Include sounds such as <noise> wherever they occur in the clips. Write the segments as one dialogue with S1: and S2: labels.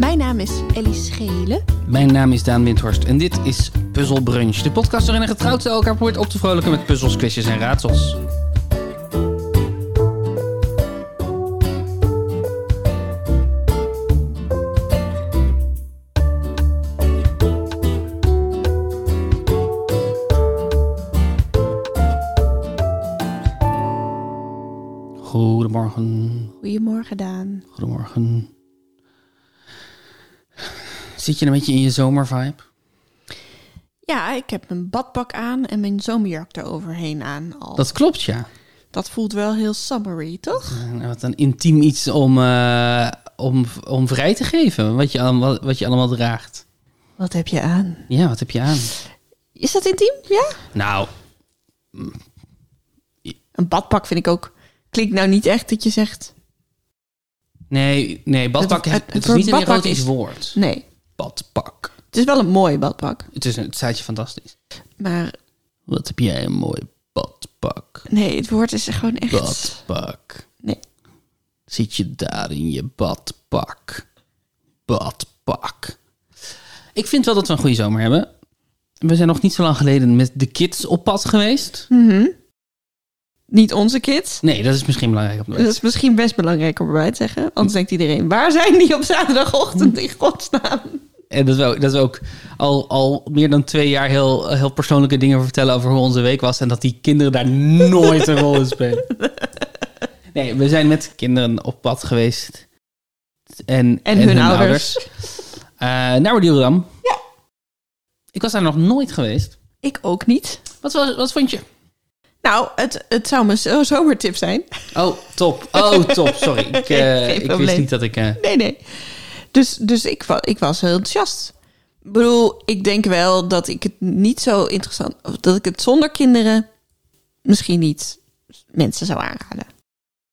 S1: Mijn naam is Ellie Schelen.
S2: Mijn naam is Daan Windhorst en dit is Puzzle Brunch. De podcast waarin een getrouwd elkaar probeert op te vrolijken met puzzels, quizjes en raadsels. Goedemorgen,
S1: Goedemorgen, Daan.
S2: goedemorgen. Zit je een beetje in je zomervibe?
S1: Ja, ik heb mijn badpak aan en mijn zomerjurk eroverheen aan al. Dat,
S2: Dat klopt, ja.
S1: voelt wel heel summery, toch?
S2: Nou, Wat een intiem iets om, eh, om, om vrij te geven, wat je, allemaal, wat je allemaal draagt.
S1: Wat heb je aan?
S2: Ja, wat heb je aan?
S1: Is dat intiem? Ja?
S2: Nou,
S1: Een badpak vind ik ook... Klinkt nou niet echt dat je zegt...
S2: nee, nee badpak,
S1: Het-
S2: het,
S1: het-
S2: het is
S1: voor
S2: niet een
S1: badpak
S2: erotisch
S1: is-
S2: woord.
S1: Nee,
S2: Badpak.
S1: het is wel een mooi badpak.
S2: Het, is, een- het staat je fantastisch.
S1: Maar
S2: Wat heb jij een mooi badpak.
S1: nee, het woord is gewoon echt...
S2: Badpak.
S1: Nee.
S2: Zit je daar in je badpak? Badpak. Ik vind wel dat we een goede zomer hebben. We zijn nog niet zo lang geleden met de kids op pad geweest.
S1: Mhm. Niet onze kids.
S2: Nee, dat is misschien belangrijk om te
S1: Dat
S2: weten.
S1: is misschien best belangrijk om erbij te zeggen. Anders denkt iedereen, waar zijn die op zaterdagochtend in godsnaam?
S2: En Eh, dat we ook, dat we ook al, al meer dan twee jaar heel, eh, heel persoonlijke dingen vertellen over hoe onze week was. En dat die kinderen daar <laughs> nooit een rol in spelen. Nee, we zijn met kinderen op pad geweest. En,
S1: En, hun, ouders.
S2: Eh, naar Rotterdam.
S1: Ja.
S2: Ik was daar nog nooit geweest.
S1: Ik ook niet.
S2: Wat, was, wat vond je?
S1: Nou, het, het zou mijn zo- zomertip zijn. <laughs>
S2: Oh, top. <laughs> Oh, top. Sorry. Ik, eh,
S1: Geen- geen
S2: ik wist
S1: probleem.
S2: niet dat ik... eh,
S1: Nee, nee. Dus, dus ik, wa- ik was heel enthousiast. Ik bedoel, ik denk wel dat ik het niet zo interessant... Of dat ik het zonder kinderen misschien niet mensen zou aanraden.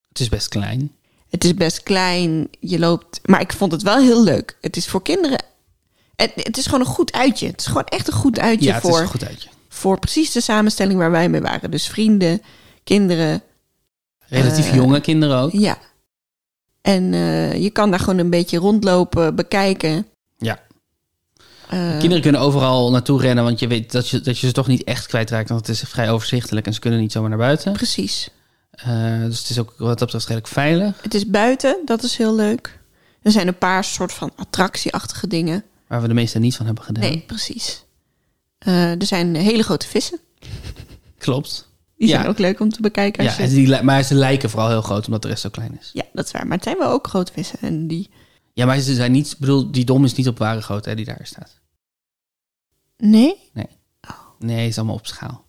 S2: het is best klein.
S1: Het is best klein, je loopt... Maar ik vond het wel heel leuk. Het is voor kinderen... Het, het is gewoon een goed uitje. Het is gewoon echt een goed uitje
S2: Ja, het
S1: voor...
S2: is een goed uitje.
S1: voor precies de samenstelling waar wij mee waren. Dus vrienden, kinderen,
S2: Relatief
S1: Eh,
S2: jonge kinderen ook.
S1: ja. En eh, je kan daar gewoon een beetje rondlopen, bekijken.
S2: Ja.
S1: Eh,
S2: Kinderen kunnen overal naartoe rennen, want je weet dat je, dat je ze toch niet echt kwijtraakt. Want het is vrij overzichtelijk en ze kunnen niet zomaar naar buiten.
S1: Precies.
S2: Eh, dus het is ook wat dat betreft redelijk veilig.
S1: Het is buiten, dat is heel leuk. Er zijn een paar soort van attractieachtige dingen.
S2: Waar we de meeste niet van hebben gedaan.
S1: Nee, precies. Eh, er zijn hele grote vissen.
S2: Klopt.
S1: Die
S2: Ja.
S1: zijn ook leuk om te bekijken.
S2: Ja,
S1: Als ja,
S2: en die, li- maar ze lijken vooral heel groot, omdat de rest zo klein is.
S1: ja, dat is waar. Maar het zijn wel ook grote vissen. En die...
S2: Ja, maar ze zijn niet... Ik bedoel, die dom is niet op ware grootte hè, die daar staat.
S1: Nee?
S2: Nee, is allemaal op schaal.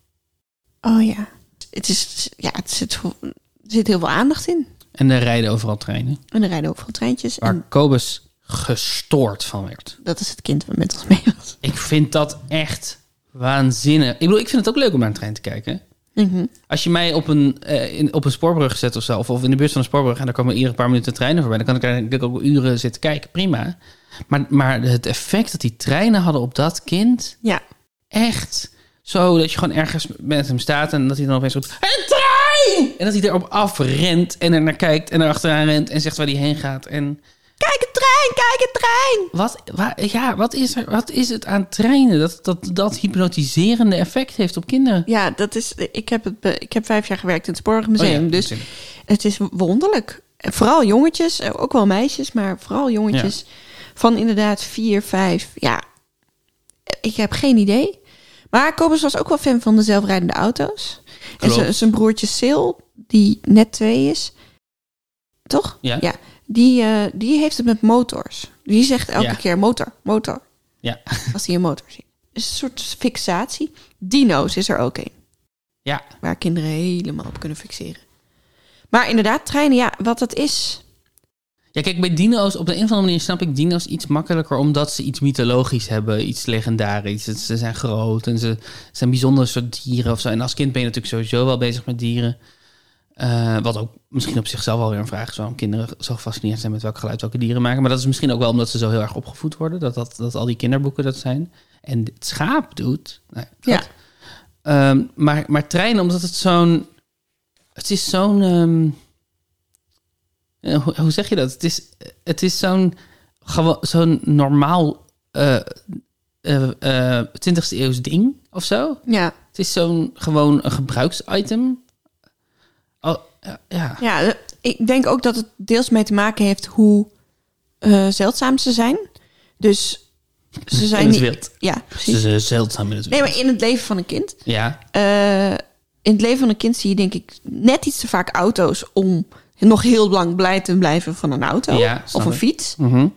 S1: Oh ja. Het, is, ja, het zit, er zit heel veel aandacht in.
S2: En er rijden overal treinen.
S1: En er rijden overal treintjes.
S2: Waar
S1: En
S2: Kobus gestoord van werd.
S1: Dat is het kind wat met ons mee was.
S2: Ik vind dat echt waanzinnig. Ik bedoel, ik vind het ook leuk om naar een trein te kijken.
S1: Mhm.
S2: Als je mij op een, eh, in, op een spoorbrug zet of zo, of, of in de buurt van een spoorbrug... en dan komen iedere paar minuten treinen voorbij... dan kan ik eigenlijk ook uren zitten kijken, prima. Maar, maar het effect dat die treinen hadden op dat kind...
S1: Ja.
S2: echt zo dat je gewoon ergens met hem staat... en dat hij dan opeens roept, een trein! En dat hij erop afrent en er naar kijkt en er achteraan rent... en zegt waar hij heen gaat en...
S1: Kijk een trein, kijk een trein!
S2: Wat, wa- ja, wat, is er, wat is het aan treinen dat, dat dat hypnotiserende effect heeft op kinderen?
S1: Ja, dat is. Ik heb, het, be- ik heb vijf jaar gewerkt in het Spoorwegmuseum.
S2: Oh ja,
S1: dus
S2: natuurlijk.
S1: het is wonderlijk. En Vooral jongetjes, eh, ook wel meisjes, maar vooral jongetjes. Van inderdaad vier, vijf. Ja, ik heb geen idee. Maar Kobus was ook wel fan van de zelfrijdende auto's. En
S2: Klopt.
S1: zijn- zijn broertje Sil, die net twee is. Toch?
S2: Ja.
S1: Die, eh, die heeft het met motors. Die zegt elke
S2: Ja.
S1: keer motor, motor.
S2: Ja. <laughs>
S1: Als hij een motor ziet. Een soort fixatie. Dino's is er ook een.
S2: Ja.
S1: Waar kinderen helemaal op kunnen fixeren. Maar inderdaad, treinen, ja, wat dat is.
S2: ja, kijk, bij dino's, op de een of andere manier snap ik dino's iets makkelijker... omdat ze iets mythologisch hebben, iets legendarisch. Het- Ze zijn groot en ze zijn bijzonder soort dieren of zo. En als kind ben je natuurlijk sowieso wel bezig met dieren. Eh, wat ook misschien op zichzelf wel weer een vraag is... waarom kinderen zo gefascineerd zijn met welk geluid welke dieren maken. Maar dat is misschien ook wel omdat ze zo heel erg opgevoed worden... dat, dat, dat al die kinderboeken dat zijn. En het schaap doet... Nou,
S1: Ja.
S2: Ehm, maar, maar treinen, omdat het zo'n... Het is zo'n... ehm, eh, hoe, hoe zeg je dat? Het is, het is zo'n gewoon zo'n normaal eh eh, eh, 20e eeuws ding of zo.
S1: Ja.
S2: Het is zo'n gewoon een gebruiksitem. Oh, ja, ja.
S1: Ja, eh, ik denk ook dat het deels mee te maken heeft hoe eh, zeldzaam ze zijn. Dus ze zijn
S2: In het
S1: niet.
S2: wild.
S1: Ja,
S2: Ze
S1: precies.
S2: zijn zeldzaam in het
S1: Nee,
S2: wild.
S1: maar in het leven van een kind.
S2: Ja,
S1: Eh, in het leven van een kind zie je denk ik net iets te vaak auto's om nog heel lang blij te blijven van een auto
S2: Ja, snap
S1: of een
S2: ik.
S1: fiets.
S2: mhm.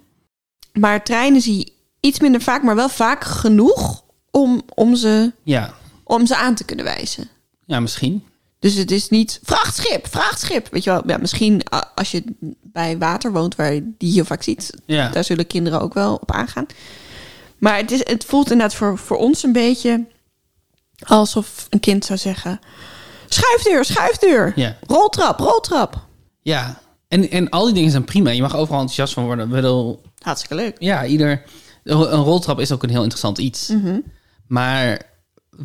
S1: Maar treinen zie je iets minder vaak, maar wel vaak genoeg om, om, ze,
S2: ja.
S1: om ze aan te kunnen wijzen.
S2: ja misschien.
S1: Dus het is niet vrachtschip, vrachtschip. Weet je wel, ja, misschien a- als je bij water woont, waar je die heel vaak ziet,
S2: Ja.
S1: daar zullen kinderen ook wel op aangaan. Maar het, is, het voelt inderdaad voor, voor ons een beetje alsof een kind zou zeggen: schuifdeur, schuifdeur,
S2: Ja.
S1: roltrap, roltrap.
S2: Ja, en, en al die dingen zijn prima. Je mag overal enthousiast van worden. Ik bedoel,
S1: Hartstikke leuk.
S2: ja, ieder... Een roltrap is ook een heel interessant iets.
S1: Mhm.
S2: Maar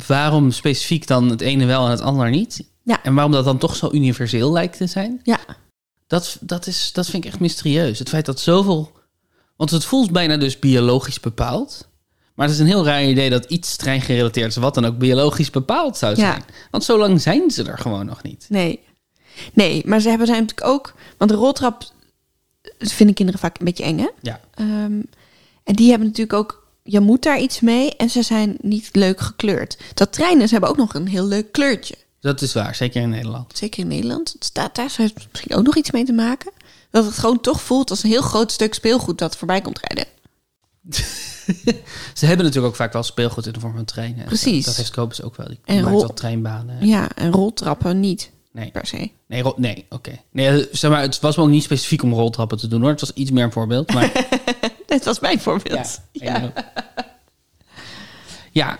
S2: waarom specifiek dan het ene wel en het ander niet?
S1: Ja.
S2: En waarom dat dan toch zo universeel lijkt te zijn?
S1: Ja,
S2: Dat, dat, is, dat vind ik echt mysterieus. Het feit dat zoveel... Want het voelt bijna dus biologisch bepaald. Maar het is een heel raar idee dat iets treingerelateerd is... wat dan ook biologisch bepaald zou
S1: Ja.
S2: zijn. Want zo lang zijn ze er gewoon nog niet.
S1: nee. Nee, maar ze hebben zijn natuurlijk ook, want de roltrap vinden kinderen vaak een beetje eng, hè?
S2: Ja,
S1: Ehm, en die hebben natuurlijk ook, je moet daar iets mee en ze zijn niet leuk gekleurd. Dat treinen, ze hebben ook nog een heel leuk kleurtje.
S2: dat is waar. Zeker in Nederland.
S1: Zeker in Nederland. Het staat daar, zo heeft het misschien ook nog iets mee te maken. Dat het gewoon toch voelt als een heel groot stuk speelgoed dat voorbij komt rijden.
S2: <laughs> Ze hebben natuurlijk ook vaak wel speelgoed in de vorm van treinen.
S1: Precies.
S2: Dat, dat heeft Kobus ook wel. Die
S1: En
S2: maakt
S1: rol-
S2: wel treinbanen.
S1: Ja, en roltrappen niet
S2: Nee,
S1: per se.
S2: nee, ro- nee oké. Nee, zeg maar, het was me ook niet specifiek om roltrappen te doen hoor. Het was iets meer een
S1: <laughs>
S2: voorbeeld. Maar
S1: Dit was mijn
S2: ja,
S1: voorbeeld. Ja,
S2: ja. ja.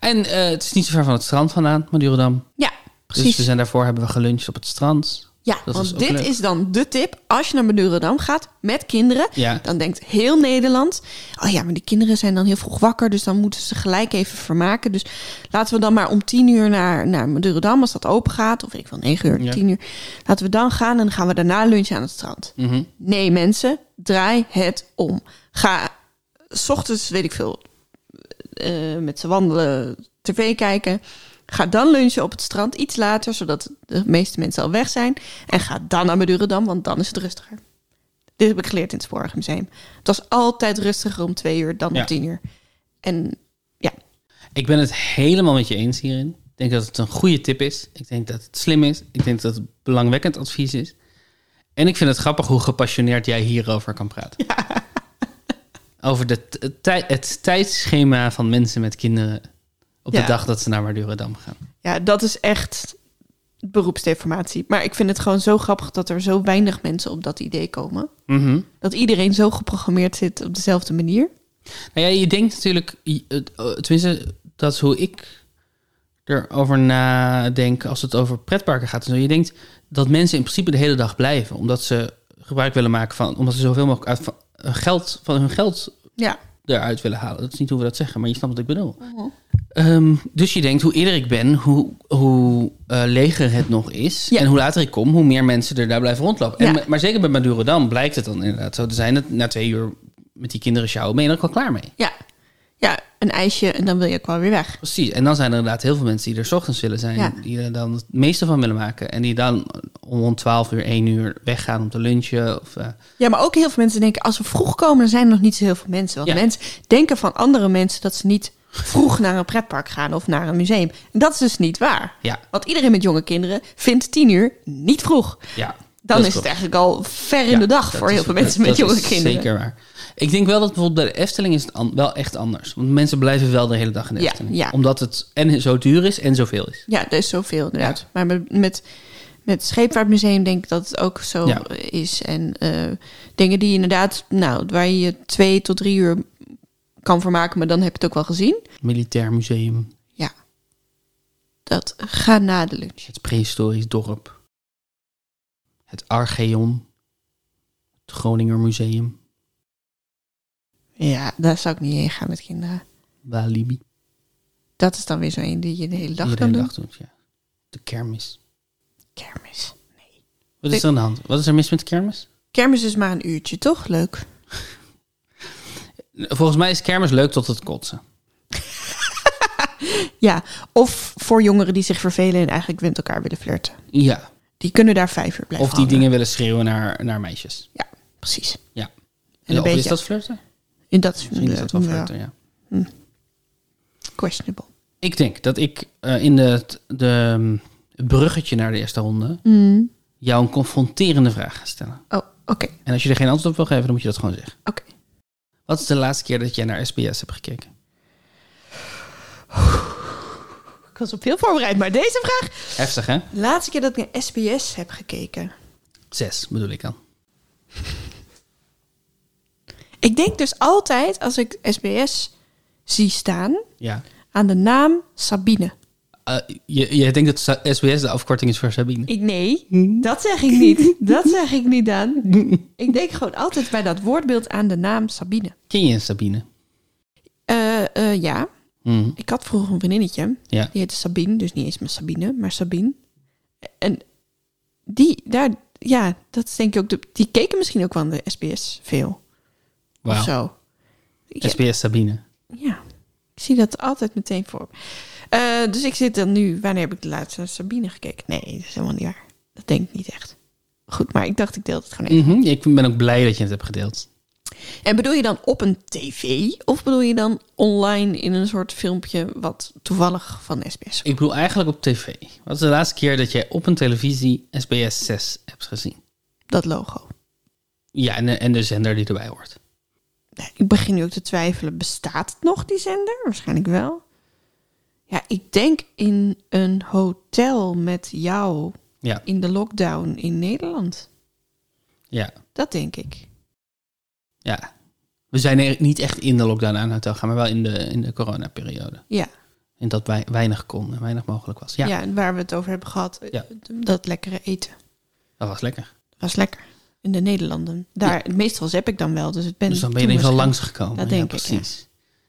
S2: En eh, het is niet zo ver van het strand vandaan, Madurodam.
S1: Ja,
S2: Dus
S1: precies.
S2: we zijn daarvoor hebben we geluncht op het strand.
S1: ja,
S2: dat is
S1: want
S2: ook
S1: dit
S2: leuk.
S1: is dan de tip. Als je naar Madurodam gaat met kinderen,
S2: Ja,
S1: Dan denkt heel Nederland, oh ja, maar de kinderen zijn dan heel vroeg wakker, dus dan moeten ze gelijk even vermaken. Dus laten we dan maar om tien uur naar, naar Madurodam, als dat open gaat, of weet ik wil negen uur,
S2: Ja.
S1: tien uur. Laten we dan gaan en dan gaan we daarna lunchen aan het strand.
S2: Mhm.
S1: Nee mensen, draai het om. Ga s ochtends, weet ik veel, eh, met ze wandelen, tv kijken. Ga dan lunchen op het strand iets later, zodat de meeste mensen al weg zijn. En ga dan naar Madurodam, want dan is het rustiger. Dit heb ik geleerd in het Spoorwegmuseum. Het was altijd rustiger om twee uur dan
S2: Ja.
S1: om tien uur. En ja,
S2: Ik ben het helemaal met je eens hierin. Ik denk dat het een goede tip is. Ik denk dat het slim is. Ik denk dat het belangwekkend advies is. En ik vind het grappig hoe gepassioneerd jij hierover kan praten. Over de, t- het, tij- het tijdschema van mensen met kinderen op
S1: Ja.
S2: de dag dat ze naar Madurodam gaan.
S1: ja, dat is echt beroepsdeformatie. Maar ik vind het gewoon zo grappig dat er zo weinig mensen op dat idee komen.
S2: Mhm.
S1: Dat iedereen zo geprogrammeerd zit op dezelfde manier.
S2: Nou ja, je denkt natuurlijk, je- het- eh, tenminste, dat is hoe ik erover nadenk als het over pretparken gaat. en zo. je denkt dat mensen in principe de hele dag blijven, omdat ze gebruik willen maken van, omdat ze zoveel mogelijk uit van, hun geld, van hun geld
S1: Ja,
S2: eruit willen halen. Dat is niet hoe we dat zeggen, maar je snapt wat ik bedoel. Ehm, dus je denkt, hoe eerder ik ben, hoe, hoe eh, leger het nog is.
S1: Ja.
S2: En hoe later ik kom, hoe meer mensen er daar blijven rondlopen. En,
S1: Ja.
S2: ma- maar zeker bij Madurodam blijkt het dan inderdaad zo te zijn. Dat na twee uur met die kinderen sjouwen ben je er ook al klaar mee.
S1: ja. Ja, een ijsje en dan wil je ook wel weer weg.
S2: Precies, en dan zijn er inderdaad heel veel mensen die er 's ochtends willen zijn,
S1: Ja.
S2: die er dan het meeste van willen maken. En die dan om 12 uur, 1 uur weggaan om te lunchen. Of, eh,
S1: Ja, maar ook heel veel mensen denken, als we vroeg komen, dan zijn er nog niet zo heel veel mensen. Want
S2: Ja.
S1: mensen denken van andere mensen dat ze niet vroeg naar een pretpark gaan of naar een museum. En dat is dus niet waar.
S2: ja,
S1: Want iedereen met jonge kinderen vindt tien uur niet vroeg.
S2: ja.
S1: Dan
S2: dat
S1: is het
S2: klopt.
S1: eigenlijk al ver in
S2: Ja,
S1: de dag
S2: dat
S1: voor
S2: is-
S1: heel veel mensen met
S2: dat
S1: jonge
S2: is
S1: kinderen.
S2: Zeker waar. Ik denk wel dat bijvoorbeeld bij de Efteling is het an- wel echt anders. Want mensen blijven wel de hele dag in de
S1: Ja,
S2: Efteling.
S1: ja.
S2: Omdat het en zo duur is en zoveel is.
S1: Ja, er is zoveel inderdaad. Maar met, met, met Scheepvaartmuseum denk ik dat het ook zo
S2: Ja.
S1: is. En eh, dingen die inderdaad, nou, waar je je twee tot drie uur kan vermaken, maar dan heb je het ook wel gezien.
S2: Militair museum,
S1: Ja. Dat gaat na de lunch.
S2: het prehistorisch dorp, het Archeon, het Groninger museum,
S1: Ja, daar zou ik niet heen gaan met kinderen.
S2: Walibi.
S1: Dat is dan weer zo één die je de hele dag
S2: Die je de
S1: kan
S2: hele
S1: doen.
S2: dag doet, ja. De kermis.
S1: Kermis.
S2: Wat is er aan de hand? Wat is er mis met de kermis?
S1: Kermis is maar een uurtje, toch? Leuk.
S2: Volgens mij is kermis leuk tot het kotsen.
S1: Ja, of voor jongeren die zich vervelen en eigenlijk met elkaar willen flirten.
S2: Ja.
S1: Die kunnen daar vijf uur blijven
S2: Of die
S1: hangen.
S2: dingen willen schreeuwen naar, naar meisjes.
S1: Ja, precies.
S2: Ja.
S1: een
S2: En of is
S1: beetje-
S2: dat flirten?
S1: En dat is,
S2: Misschien is dat wel
S1: ja,
S2: flirten, ja.
S1: questionable.
S2: Ik denk dat ik eh, in de, de, mm, het bruggetje naar de eerste ronde
S1: Mm.
S2: jou een confronterende vraag ga stellen.
S1: Oh, oké.
S2: En als je er geen antwoord op wil geven, dan moet je dat gewoon zeggen.
S1: Oké.
S2: Wat is de laatste keer dat jij naar SBS hebt gekeken?
S1: Ik was op veel voorbereid, maar deze vraag.
S2: Heftig, hè?
S1: De laatste keer dat ik naar SBS heb gekeken.
S2: Zes bedoel ik dan.
S1: Ik denk dus altijd als ik SBS zie staan
S2: Ja.
S1: aan de naam Sabine.
S2: Eh, je, je denkt dat Sa- SBS de afkorting is voor Sabine.
S1: Ik, nee, dat zeg ik niet. Dat zeg ik niet aan. Ik denk gewoon altijd bij dat woordbeeld aan de naam Sabine.
S2: Ken je een Sabine?
S1: Eh, eh, ja,
S2: Mhm.
S1: ik had vroeger een vriendinnetje.
S2: Ja.
S1: Die heette Sabine, dus niet eens meer Sabine, maar Sabine. En die, daar, ja, dat is denk ik ook. De, die keken misschien ook wel aan de SBS veel of
S2: Wauw.
S1: zo. Ja,
S2: SBS Sabine.
S1: ja, ik zie dat altijd meteen voor. me. Eh, dus ik zit dan nu, wanneer heb ik de laatste naar Sabine gekeken? Nee, dat is helemaal niet waar. Dat denk ik niet echt. Goed, maar ik dacht, ik deel het gewoon even.
S2: Mhm, Ik ben ook blij dat je het hebt gedeeld.
S1: En bedoel je dan op een tv? Of bedoel je dan online in een soort filmpje wat toevallig van SBS?
S2: Ik bedoel eigenlijk op tv. Wat is de laatste keer dat jij op een televisie SBS 6 hebt gezien?
S1: Dat logo.
S2: Ja, en, de- en de zender die erbij hoort.
S1: Nee, Ik begin nu ook te twijfelen, bestaat het nog, die zender? Waarschijnlijk wel. Ja, ik denk in een hotel met jou
S2: Ja,
S1: in de lockdown in Nederland.
S2: ja,
S1: Dat denk ik.
S2: ja. We zijn er niet echt in de lockdown aan het hotel gaan, maar wel in de, in de coronaperiode.
S1: Ja,
S2: En dat wij weinig kon en weinig mogelijk was. Ja,
S1: ja. en waar we het over hebben gehad, eh,
S2: Ja.
S1: dat lekkere eten.
S2: dat was lekker.
S1: was lekker. In de Nederlanden. Daar, Meestal zap ik dan wel, dus het ben
S2: Dus dan ben je in
S1: toen
S2: ieder geval
S1: waarschijnlijk-
S2: langs gekomen.
S1: Dat
S2: ja,
S1: denk ik,
S2: precies.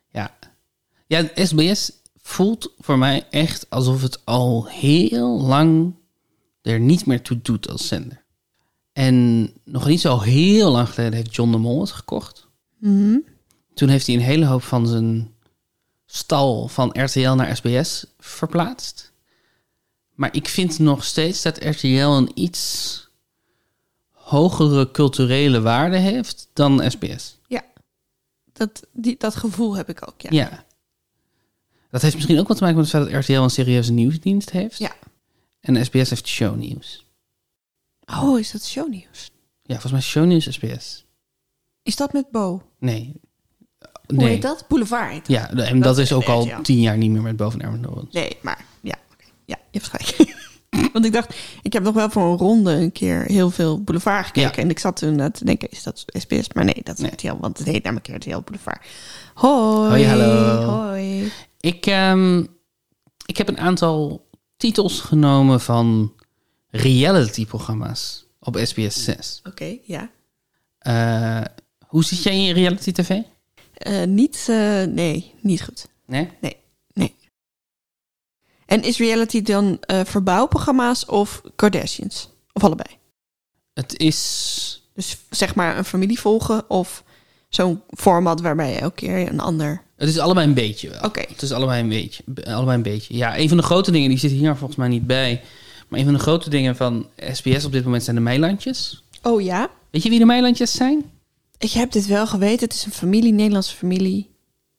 S2: Ja. ja, SBS voelt voor mij echt alsof het al heel lang er niet meer toe doet als zender. En nog niet zo heel lang geleden heeft John de Mol het gekocht.
S1: Mhm.
S2: Toen heeft hij een hele hoop van zijn stal van RTL naar SBS verplaatst. Maar ik vind nog steeds dat RTL een iets hogere culturele waarde heeft dan SBS.
S1: Ja, dat, die, dat gevoel heb ik ook, ja.
S2: Ja. Dat heeft misschien ook wat te maken met het feit dat RTL een serieuze nieuwsdienst heeft.
S1: Ja.
S2: En SBS heeft shownieuws.
S1: Oh, is dat shownieuws?
S2: Ja, volgens mij is shownieuws SBS.
S1: Is dat met Bo? Hoe
S2: Nee.
S1: nee.
S2: nee.
S1: heet dat? Boulevard heet dat.
S2: Ja, en dat, is ook al
S1: RTL.
S2: tien jaar niet meer met boven Erwin Doren.
S1: Nee, maar ja, oké. ja, je hebt gelijk. <laughs> Want ik dacht, ik heb nog wel voor een ronde een keer heel veel boulevard gekeken.
S2: Ja.
S1: En ik zat toen eh, te denken, is dat SBS? Maar nee, dat is
S2: Nee.
S1: RTL, want het heet namelijk RTL Boulevard. Hoi.
S2: Hoi, hallo.
S1: Hoi.
S2: Ik, ehm, ik heb een aantal titels genomen van reality-programma's op SBS 6.
S1: Oké, ja.
S2: Eh, hoe zit jij in reality-tv?
S1: Eh, niet, eh, nee, niet goed.
S2: Nee?
S1: En is reality dan eh, verbouwprogramma's of Kardashians? Of allebei?
S2: Het is...
S1: Dus zeg maar een familie volgen of zo'n format waarbij je elke keer een ander...
S2: Het is allebei een beetje wel.
S1: Oké,
S2: Het is allebei een beetje. be- Allebei een beetje. Ja, een van de grote dingen, die zit hier volgens mij niet bij. Maar een van de grote dingen van SBS op dit moment zijn de Meilandjes.
S1: oh ja.
S2: Weet je wie de Meilandjes zijn?
S1: Ik heb dit wel geweten. Het is een familie, Nederlandse familie.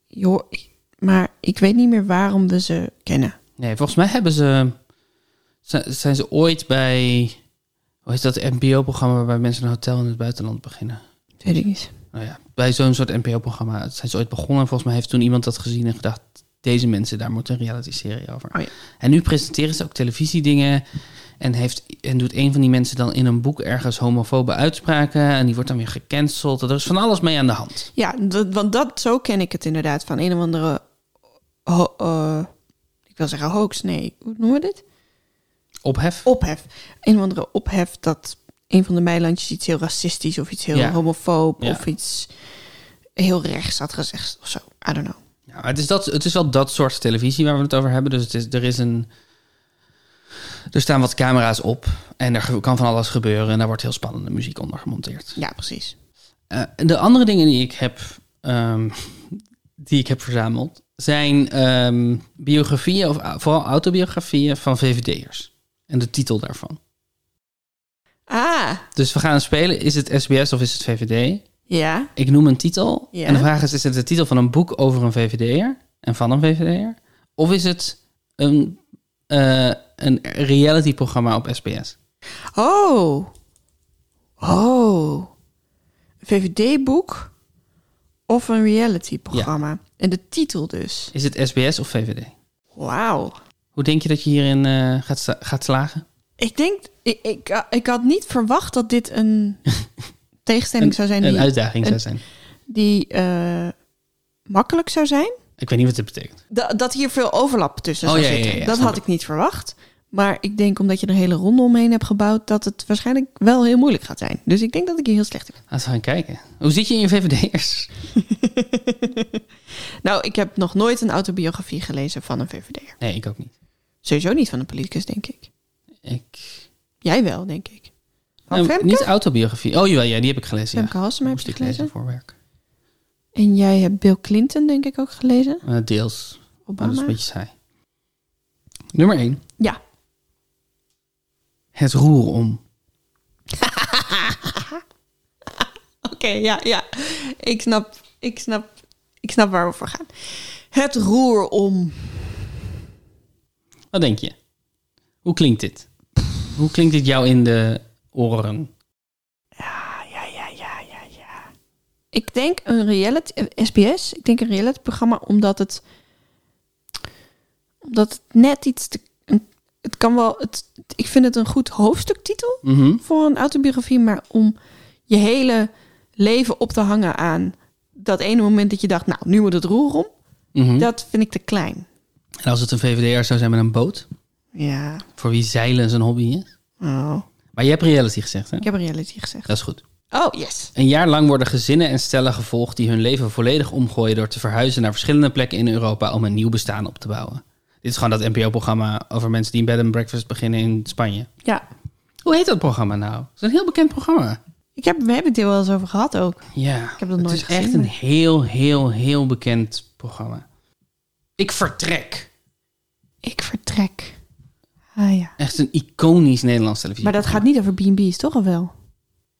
S1: Jo, maar ik weet niet meer waarom we ze kennen.
S2: Nee, volgens mij hebben ze... zi- Zijn ze ooit bij... Hoe heet dat NPO-programma waarbij mensen een hotel in het buitenland beginnen?
S1: Weet ik niet.
S2: Nou ja, bij zo'n soort NPO-programma zijn ze ooit begonnen. En volgens mij heeft toen iemand dat gezien en gedacht... Deze mensen, daar moet een reality-serie over.
S1: Oh ja.
S2: En nu presenteren ze ook televisiedingen. En, heeft, en doet een van die mensen dan in een boek ergens homofobe uitspraken. En die wordt dan weer gecanceld. Er is van alles mee aan de hand.
S1: Ja, dat, want dat, zo ken ik het inderdaad. Van een of andere... ho- eh, ik wil zeggen hoax, nee. Hoe noemen we dit?
S2: Ophef.
S1: Ophef. Een of andere ophef dat een van de meilandjes iets heel racistisch... of iets heel
S2: Ja.
S1: homofoob
S2: Ja.
S1: of iets heel rechts had gezegd of zo. I don't know.
S2: Ja, maar het, is dat, het is wel dat soort televisie waar we het over hebben. Dus het is, er is een... Er staan wat camera's op en er ge- kan van alles gebeuren. En daar wordt heel spannende muziek onder gemonteerd.
S1: Ja, precies.
S2: Eh, de andere dingen die ik heb ehm, die ik heb verzameld, zijn ehm, biografieën, of au- vooral autobiografieën van VVD'ers. En de titel daarvan.
S1: Ah,
S2: Dus we gaan spelen, is het SBS of is het VVD?
S1: ja.
S2: Ik noem een titel.
S1: Ja.
S2: En de vraag is, is het de titel van een boek over een VVD'er en van een VVD'er? Of is het een, eh een realityprogramma op SBS?
S1: Oh. Oh. VVD-boek of een reality-programma. En de titel dus.
S2: Is het SBS of VVD?
S1: Wauw.
S2: Hoe denk je dat je hierin eh, gaat, sla- gaat slagen?
S1: Ik denk, ik, ik, ik had niet verwacht dat dit
S2: <laughs>
S1: een tegenstelling zou zijn
S2: een
S1: die,
S2: uitdaging zou
S1: een-
S2: zijn.
S1: die eh, makkelijk zou zijn.
S2: Ik weet niet wat dit betekent.
S1: Da- dat hier veel overlap tussen
S2: Oh,
S1: zou
S2: ja, ja, ja,
S1: zitten.
S2: ja,
S1: dat
S2: snap
S1: had
S2: ik.
S1: ik niet verwacht. Maar ik denk omdat je er een hele ronde omheen hebt gebouwd, dat het waarschijnlijk wel heel moeilijk gaat zijn. Dus ik denk dat ik hier heel slecht in ben.
S2: Laten we gaan kijken. Hoe zit je in je VVD'ers?
S1: Nou, ik heb nog nooit een autobiografie gelezen van een VVD'er.
S2: Nee, ik ook niet.
S1: Sowieso niet van een politicus, denk ik.
S2: Ik...
S1: Jij wel, denk ik. Van
S2: Nou,
S1: Femke?
S2: niet autobiografie. Oh jawel, ja, die heb ik gelezen. Ja.
S1: Femke Halsema heb
S2: Moest
S1: je
S2: ik lezen
S1: gelezen.
S2: voor werk.
S1: En jij hebt Bill Clinton, denk ik, ook gelezen.
S2: Eh, deels. Maar dat is
S1: Obama.
S2: een beetje saai. Nummer 1.
S1: Ja. <laughs>
S2: Het roer om.
S1: Oké, ja, ja. Ik snap, ik, snap, ik snap waar we voor gaan. Het roer om.
S2: Wat denk je? Hoe klinkt dit? Hoe klinkt dit jou in de oren?
S1: Ja, ja, ja, ja, ja, ja. Ik denk een reality... eh, SBS, ik denk een reality-programma omdat het... Omdat het net iets te... een- Het kan wel... Het, ik vind het een goed hoofdstuktitel.
S2: Mhm.
S1: voor een autobiografie, maar om je hele leven op te hangen aan dat ene moment dat je dacht, nou, nu moet het roer om,
S2: Mhm.
S1: dat vind ik te klein.
S2: En als het een VVD'er zou zijn met een boot,
S1: Ja.
S2: voor wie zeilen zijn hobby is.
S1: Oh.
S2: Maar je hebt reality gezegd, hè?
S1: Ik heb een reality gezegd.
S2: Dat is goed.
S1: Oh, yes.
S2: Een jaar lang worden gezinnen en stellen gevolgd die hun leven volledig omgooien door te verhuizen naar verschillende plekken in Europa om een nieuw bestaan op te bouwen. Dit is gewoon dat NPO-programma over mensen die een bed and breakfast beginnen in Spanje.
S1: Ja.
S2: Hoe heet dat programma nou? Het is een heel bekend programma.
S1: Ik heb, we hebben het hier wel eens over gehad ook.
S2: Ja,
S1: heb dat nooit
S2: het is
S1: gezien,
S2: echt een
S1: maar-
S2: heel, heel, heel bekend programma. Ik vertrek.
S1: Ik vertrek. Ah ja.
S2: Echt een iconisch Nederlands televisie.
S1: Maar dat gaat niet over B&B's, toch al wel?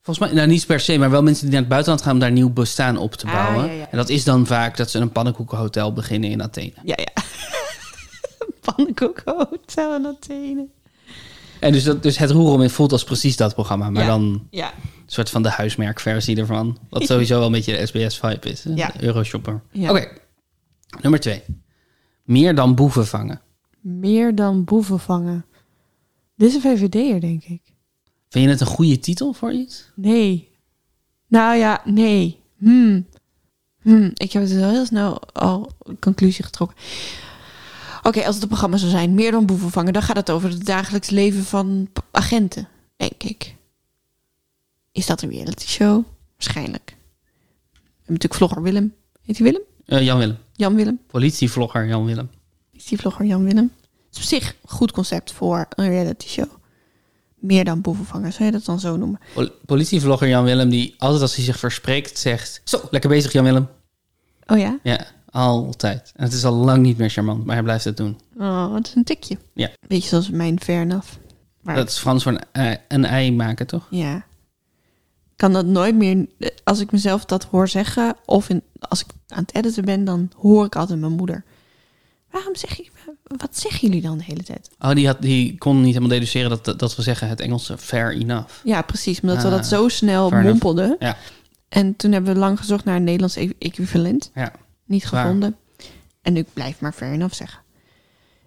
S2: Volgens mij, nou niet per se, maar wel mensen die naar het buitenland gaan om daar een nieuw bestaan op te
S1: Ah,
S2: bouwen.
S1: ja, ja.
S2: En dat is dan vaak dat ze een pannenkoekenhotel beginnen in Athene.
S1: Ja, ja. <laughs> Pannenkoekhotel in Athene.
S2: En dus, dat, dus het roerom in voelt als precies dat programma, maar
S1: Ja.
S2: dan
S1: Ja.
S2: een soort van de huismerkversie ervan. Wat sowieso wel een beetje de SBS-vibe is. hè?
S1: Ja.
S2: De Euroshopper.
S1: Ja.
S2: Oké, nummer twee. Meer dan boeven vangen.
S1: Meer dan boeven vangen. Dit is een VVD'er, denk ik.
S2: Vind je het een goede titel voor iets?
S1: Nee. Nou ja, nee. Hmm. Hmm. Ik heb het wel heel snel al een conclusie getrokken. Oké, als het een programma zou zijn, meer dan boeven vangen, dan gaat het over het dagelijks leven van p- agenten, denk ik. Is dat een reality show? Waarschijnlijk. We hebben natuurlijk vlogger Willem. Heet hij Willem?
S2: Eh, Jan Willem.
S1: Jan Willem.
S2: Politievlogger Jan Willem.
S1: Is die vlogger Jan Willem? Het is op zich een goed concept voor een reality show. Meer dan boeven vangen, zou je dat dan zo noemen?
S2: Pol- Politievlogger Jan Willem, die altijd als hij zich verspreekt zegt... Zo, lekker bezig Jan Willem.
S1: Oh ja?
S2: Ja, altijd. En het is al lang niet meer charmant, maar hij blijft het doen.
S1: Oh, het is een tikje.
S2: Ja.
S1: Beetje zoals mijn Vernaf. Maar
S2: Dat is Frans voor een, ei- een ei maken, toch?
S1: ja. Ik kan dat nooit meer. eh, Als ik mezelf dat hoor zeggen, of in, als ik aan het editen ben, dan hoor ik altijd mijn moeder. Waarom zeg je. Wat zeggen jullie dan de hele tijd?
S2: Oh, die, had, die kon niet helemaal deduceren dat- dat, dat we zeggen het Engelse fair enough.
S1: Ja, precies. Omdat we
S2: Ah,
S1: dat zo snel
S2: fair enough.
S1: mompelden.
S2: Ja.
S1: En toen hebben we lang gezocht naar een Nederlands e- equivalent.
S2: Ja.
S1: Niet
S2: Waar.
S1: gevonden. En ik blijf maar fair enough zeggen.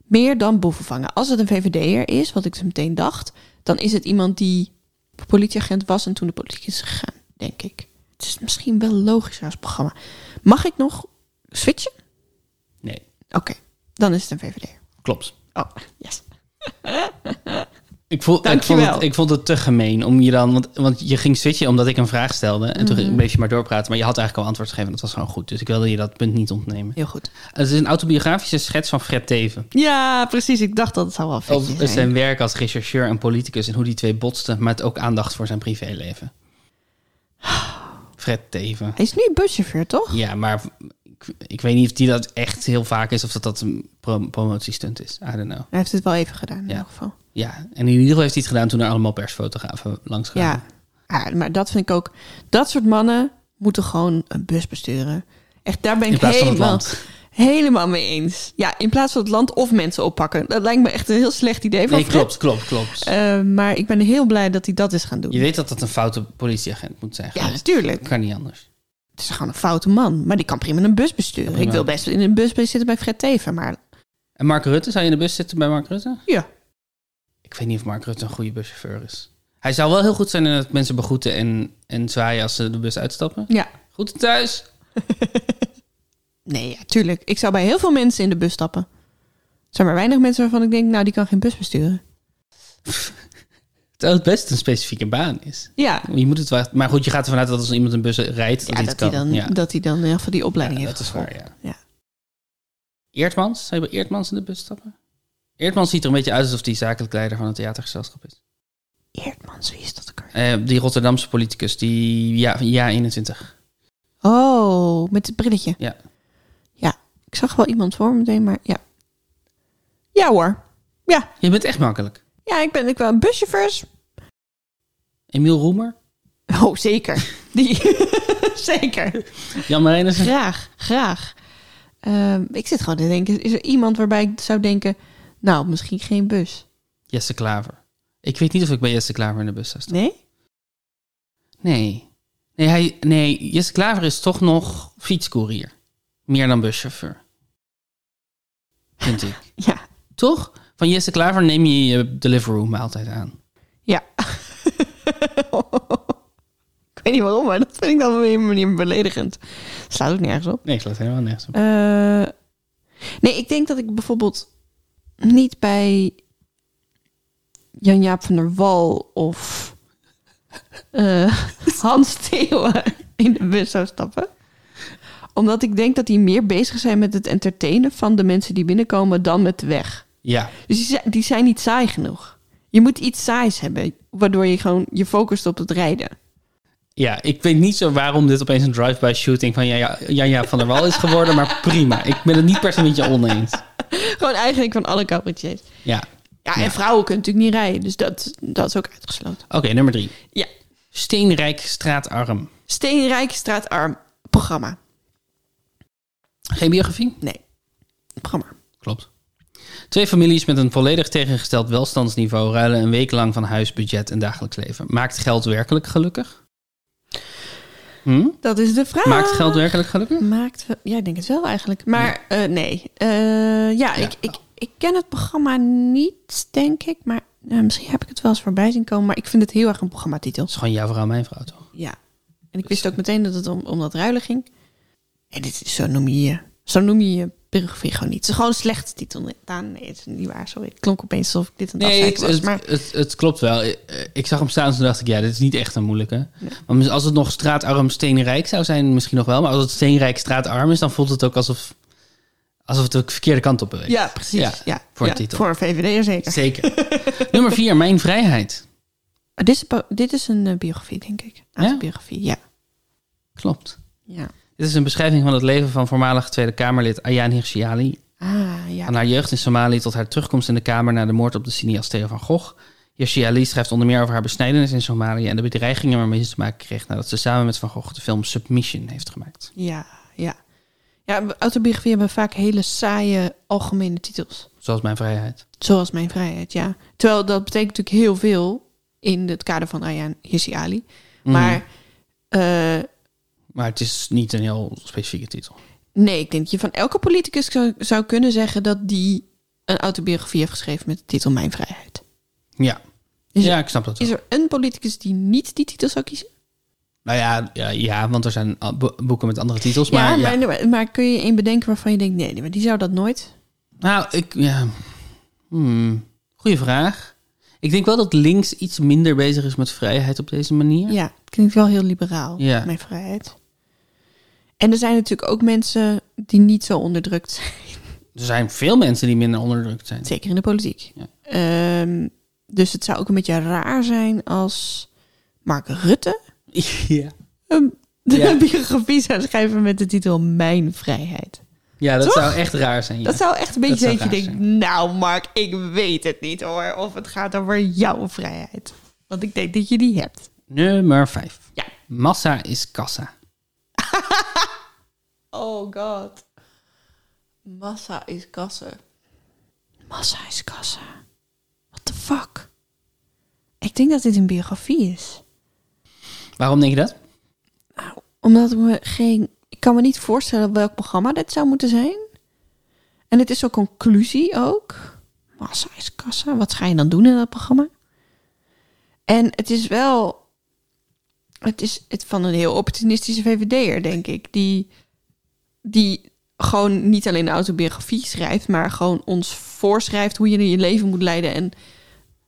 S1: Meer dan boeven vangen. Als het een VVD'er is, wat ik zo meteen dacht... dan is het iemand die politieagent was en toen de politiek is gegaan, denk ik. Het is misschien wel logischer als programma. Mag ik nog switchen?
S2: Nee,
S1: Oké, dan is het een VVD'er.
S2: klopt.
S1: Oh, yes.
S2: Ik, voel, ik, vond
S1: Dankjewel.
S2: het, ik vond het te gemeen om je dan... Want, want je ging switchen omdat ik een vraag stelde. En toen bleef je maar doorpraten. Maar je had eigenlijk al antwoord gegeven. Dat was gewoon goed. Dus ik wilde je dat punt niet ontnemen.
S1: Heel goed.
S2: Het is een autobiografische schets van Fred Teven.
S1: Ja, precies. Ik dacht dat het zou wel
S2: Over
S1: VVD zijn.
S2: zijn werk als rechercheur en politicus en hoe die twee botsten, maar het ook aandacht voor zijn privéleven. Fred Teven.
S1: Hij is nu buschauffeur, toch?
S2: Ja, maar ik, ik weet niet of die dat echt heel vaak is of dat dat een pro- promotiestunt is. I don't know.
S1: Hij heeft het wel even gedaan in
S2: Ja.
S1: elk geval.
S2: Ja, en in ieder geval heeft hij het gedaan toen er allemaal persfotografen langs
S1: Ja.
S2: kwamen.
S1: Ah, maar dat vind ik ook. Dat soort mannen moeten gewoon een bus besturen. Echt, daar ben
S2: in
S1: ik
S2: plaats van het
S1: helemaal,
S2: land.
S1: helemaal mee eens. Ja, in plaats van het land of mensen oppakken. Dat lijkt me echt een heel slecht idee van
S2: Nee,
S1: Fred.
S2: klopt, klopt, klopt.
S1: Eh, maar ik ben heel blij dat hij dat is gaan doen.
S2: Je weet dat dat een foute politieagent moet zijn
S1: Ja,
S2: geweest.
S1: natuurlijk.
S2: Dat kan niet anders.
S1: Het is gewoon een foute man. Maar die kan prima een bus besturen.
S2: Prima.
S1: Ik wil best in een bus zitten bij Fred Teven. Maar
S2: En Mark Rutte, zou je in de bus zitten bij Mark Rutte?
S1: Ja. <laughs>
S2: Ik weet niet of Mark Rutte een goede buschauffeur is. Hij zou wel heel goed zijn in het mensen begroeten en, en zwaaien als ze de bus uitstappen.
S1: Ja.
S2: Goed thuis. <laughs>
S1: nee, ja, tuurlijk. Ik zou bij heel veel mensen in de bus stappen. Er zijn maar weinig mensen waarvan ik denk, nou, die kan geen bus besturen.
S2: Terwijl het best een specifieke baan is.
S1: Ja,
S2: Je moet het wel, maar goed, je gaat ervan uit dat als iemand een bus rijdt, dat
S1: ja
S2: hij
S1: dat
S2: het
S1: hij
S2: kan.
S1: dan,
S2: ja.
S1: dat hij dan in ieder geval die opleiding
S2: Ja,
S1: heeft
S2: dat is
S1: gevolgd.
S2: waar, ja.
S1: Ja.
S2: Eertmans? Zou je bij Eertmans in de bus stappen? Eertmans ziet er een beetje uit alsof hij zakelijk leider van het theatergezelschap is.
S1: Eertmans, wie is dat ook? alweer?
S2: Eh, die Rotterdamse politicus, die ja, ja 21.
S1: Oh, met het brilletje.
S2: Ja.
S1: Ja, ik zag wel iemand voor me meteen, maar ja. Ja hoor.
S2: Je bent echt makkelijk.
S1: Ja, ik ben ik wel een buschauffeurs.
S2: Emiel Roemer?
S1: Oh, zeker. <laughs> Die, zeker. <laughs>
S2: Jan Marijnissen?
S1: Graag, graag. Ehm, ik zit gewoon te denken, is er iemand waarbij ik zou denken, nou, misschien geen bus.
S2: Jesse Klaver. Ik weet niet of ik bij Jesse Klaver in de bus zou staan.
S1: Nee?
S2: Nee. Nee, hij, nee Jesse Klaver is toch nog fietscourier. Meer dan buschauffeur. Vind ik.
S1: <laughs> Ja.
S2: toch? Van Jesse Klaver neem je je Deliveroo maaltijd aan.
S1: Ja. <laughs> ik weet niet waarom, maar dat vind ik dan op een manier beledigend. Slaat ook nergens op.
S2: Nee, ik slaat helemaal nergens op.
S1: Eh, nee, ik denk dat ik bijvoorbeeld niet bij Jan-Jaap van der Wal of eh, Hans Theeuwen in de bus zou stappen. Omdat ik denk dat die meer bezig zijn met het entertainen van de mensen die binnenkomen dan met de weg.
S2: Ja.
S1: Dus die zijn, die zijn niet saai genoeg. Je moet iets saais hebben, waardoor je gewoon je focust op het rijden. <laughs>
S2: ja, ik weet niet zo waarom dit opeens een drive-by shooting van Janja Janja van der Wal is geworden, maar prima. Ik ben het niet per se met je oneens.
S1: Gewoon eigenlijk van alle cabaretiers.
S2: Ja.
S1: Ja, en
S2: Ja.
S1: vrouwen kunnen natuurlijk niet rijden, dus dat, dat is ook uitgesloten.
S2: Oké, nummer drie.
S1: Ja,
S2: Steenrijk straatarm.
S1: Steenrijk straatarm programma.
S2: Geen biografie?
S1: Nee, programma.
S2: Klopt. Twee families met een volledig tegengesteld welstandsniveau ruilen een week lang van huis, budget en dagelijks leven. Maakt geld werkelijk gelukkig? Hm?
S1: Dat is de vraag.
S2: Maakt geld werkelijk gelukkig?
S1: Maakt wel- ja, ik denk het wel eigenlijk. Maar eh, nee, Eh, ja,
S2: Ja.
S1: Ik, ik, ik ken het programma niet, denk ik. Maar eh, misschien heb ik het wel eens voorbij zien komen. Maar ik vind het heel erg een programmatitel.
S2: Dat is gewoon jouw vrouw, mijn vrouw toch?
S1: Ja. En ik wist ook meteen dat het om, om dat ruilen ging. En dit is, zo noem je je, zo noem je je biografie gewoon niet. Het is gewoon een slechte titel. Daan, nee, het is niet waar. Sorry, het klonk opeens alsof ik dit aan het
S2: Nee, het,
S1: afzeiken was.
S2: het,
S1: Maar
S2: het, het klopt wel. Ik- Ik zag hem staan en toen dacht ik, ja, dit is niet echt een moeilijke. Want als het nog straatarm steenrijk zou zijn, misschien nog wel. Maar als het steenrijk straatarm is, dan voelt het ook alsof, alsof het de verkeerde kant op beweegt.
S1: ja, precies. Ja,
S2: voor een
S1: Ja,
S2: titel.
S1: Voor een VVD'er zeker. <laughs>
S2: Zeker. Nummer vier, Mijn Vrijheid.
S1: Ah, dit, is, een po- dit is een eh, biografie, denk ik.
S2: Ja?
S1: Autobiografie, ja.
S2: Klopt.
S1: ja.
S2: Dit is een beschrijving van het leven van voormalig Tweede Kamerlid Ayaan Hirsi Ali.
S1: Ah, ja.
S2: Aan haar jeugd in Somalië tot haar terugkomst in de Kamer na de moord op de cineast Theo van Gogh. Hirsi Ali schrijft onder meer over haar besnijdenis in Somalië en de bedreigingen waarmee ze te maken kreeg nadat ze samen met Van Gogh de film Submission heeft gemaakt.
S1: Ja, ja. Ja, autobiografieën hebben vaak hele saaie algemene titels.
S2: Zoals Mijn Vrijheid.
S1: Zoals Mijn Vrijheid, ja. Terwijl dat betekent natuurlijk heel veel in het kader van Ayaan Hirsi Ali. Maar eh,
S2: Maar het is niet een heel specifieke titel.
S1: nee, ik denk dat je van elke politicus zou, zou kunnen zeggen dat die een autobiografie heeft geschreven met de titel Mijn Vrijheid.
S2: Ja,
S1: Is
S2: ja ik snap dat wel.
S1: Is er een politicus die niet die titel zou kiezen?
S2: Nou ja, ja, ja, want er zijn al bo- boeken met andere titels.
S1: Ja,
S2: Maar, ja,
S1: maar, maar kun je één bedenken waarvan je denkt, nee, nee, maar die zou dat nooit.
S2: Nou, ik... Ja. Hmm. Goeie vraag. Ik denk wel dat links iets minder bezig is met vrijheid op deze manier.
S1: Ja, het klinkt wel heel liberaal,
S2: Ja.
S1: mijn vrijheid. En er zijn natuurlijk ook mensen die niet zo onderdrukt zijn. <laughs>
S2: Er zijn veel mensen die minder onderdrukt zijn.
S1: Zeker in de politiek.
S2: Ja.
S1: Ehm, dus het zou ook een beetje raar zijn als Mark Rutte
S2: Ja.
S1: een De <laughs>
S2: Ja.
S1: biografie zou schrijven met de titel Mijn Vrijheid.
S2: Ja, dat
S1: Toch?
S2: zou echt raar zijn. Ja.
S1: Dat zou echt een beetje
S2: Dat zou
S1: zijn dat je
S2: raar
S1: denkt... Nou Mark, ik weet het niet hoor. Of het gaat over jouw vrijheid. Want ik denk dat je die hebt.
S2: Nummer 5.
S1: Ja.
S2: Massa is kassa.
S1: Oh god. Massa is kassa. Massa is kassa. What the fuck? Ik denk dat dit een biografie is.
S2: Waarom denk je dat?
S1: Nou, omdat ik me geen... Ik kan me niet voorstellen welk programma dit zou moeten zijn. En het is zo'n conclusie ook. Massa is kassa. Wat ga je dan doen in dat programma? En het is wel... Het is het van een heel opportunistische VVD'er, denk ik. Die, die gewoon niet alleen een autobiografie schrijft... maar gewoon ons voorschrijft hoe je je leven moet leiden... en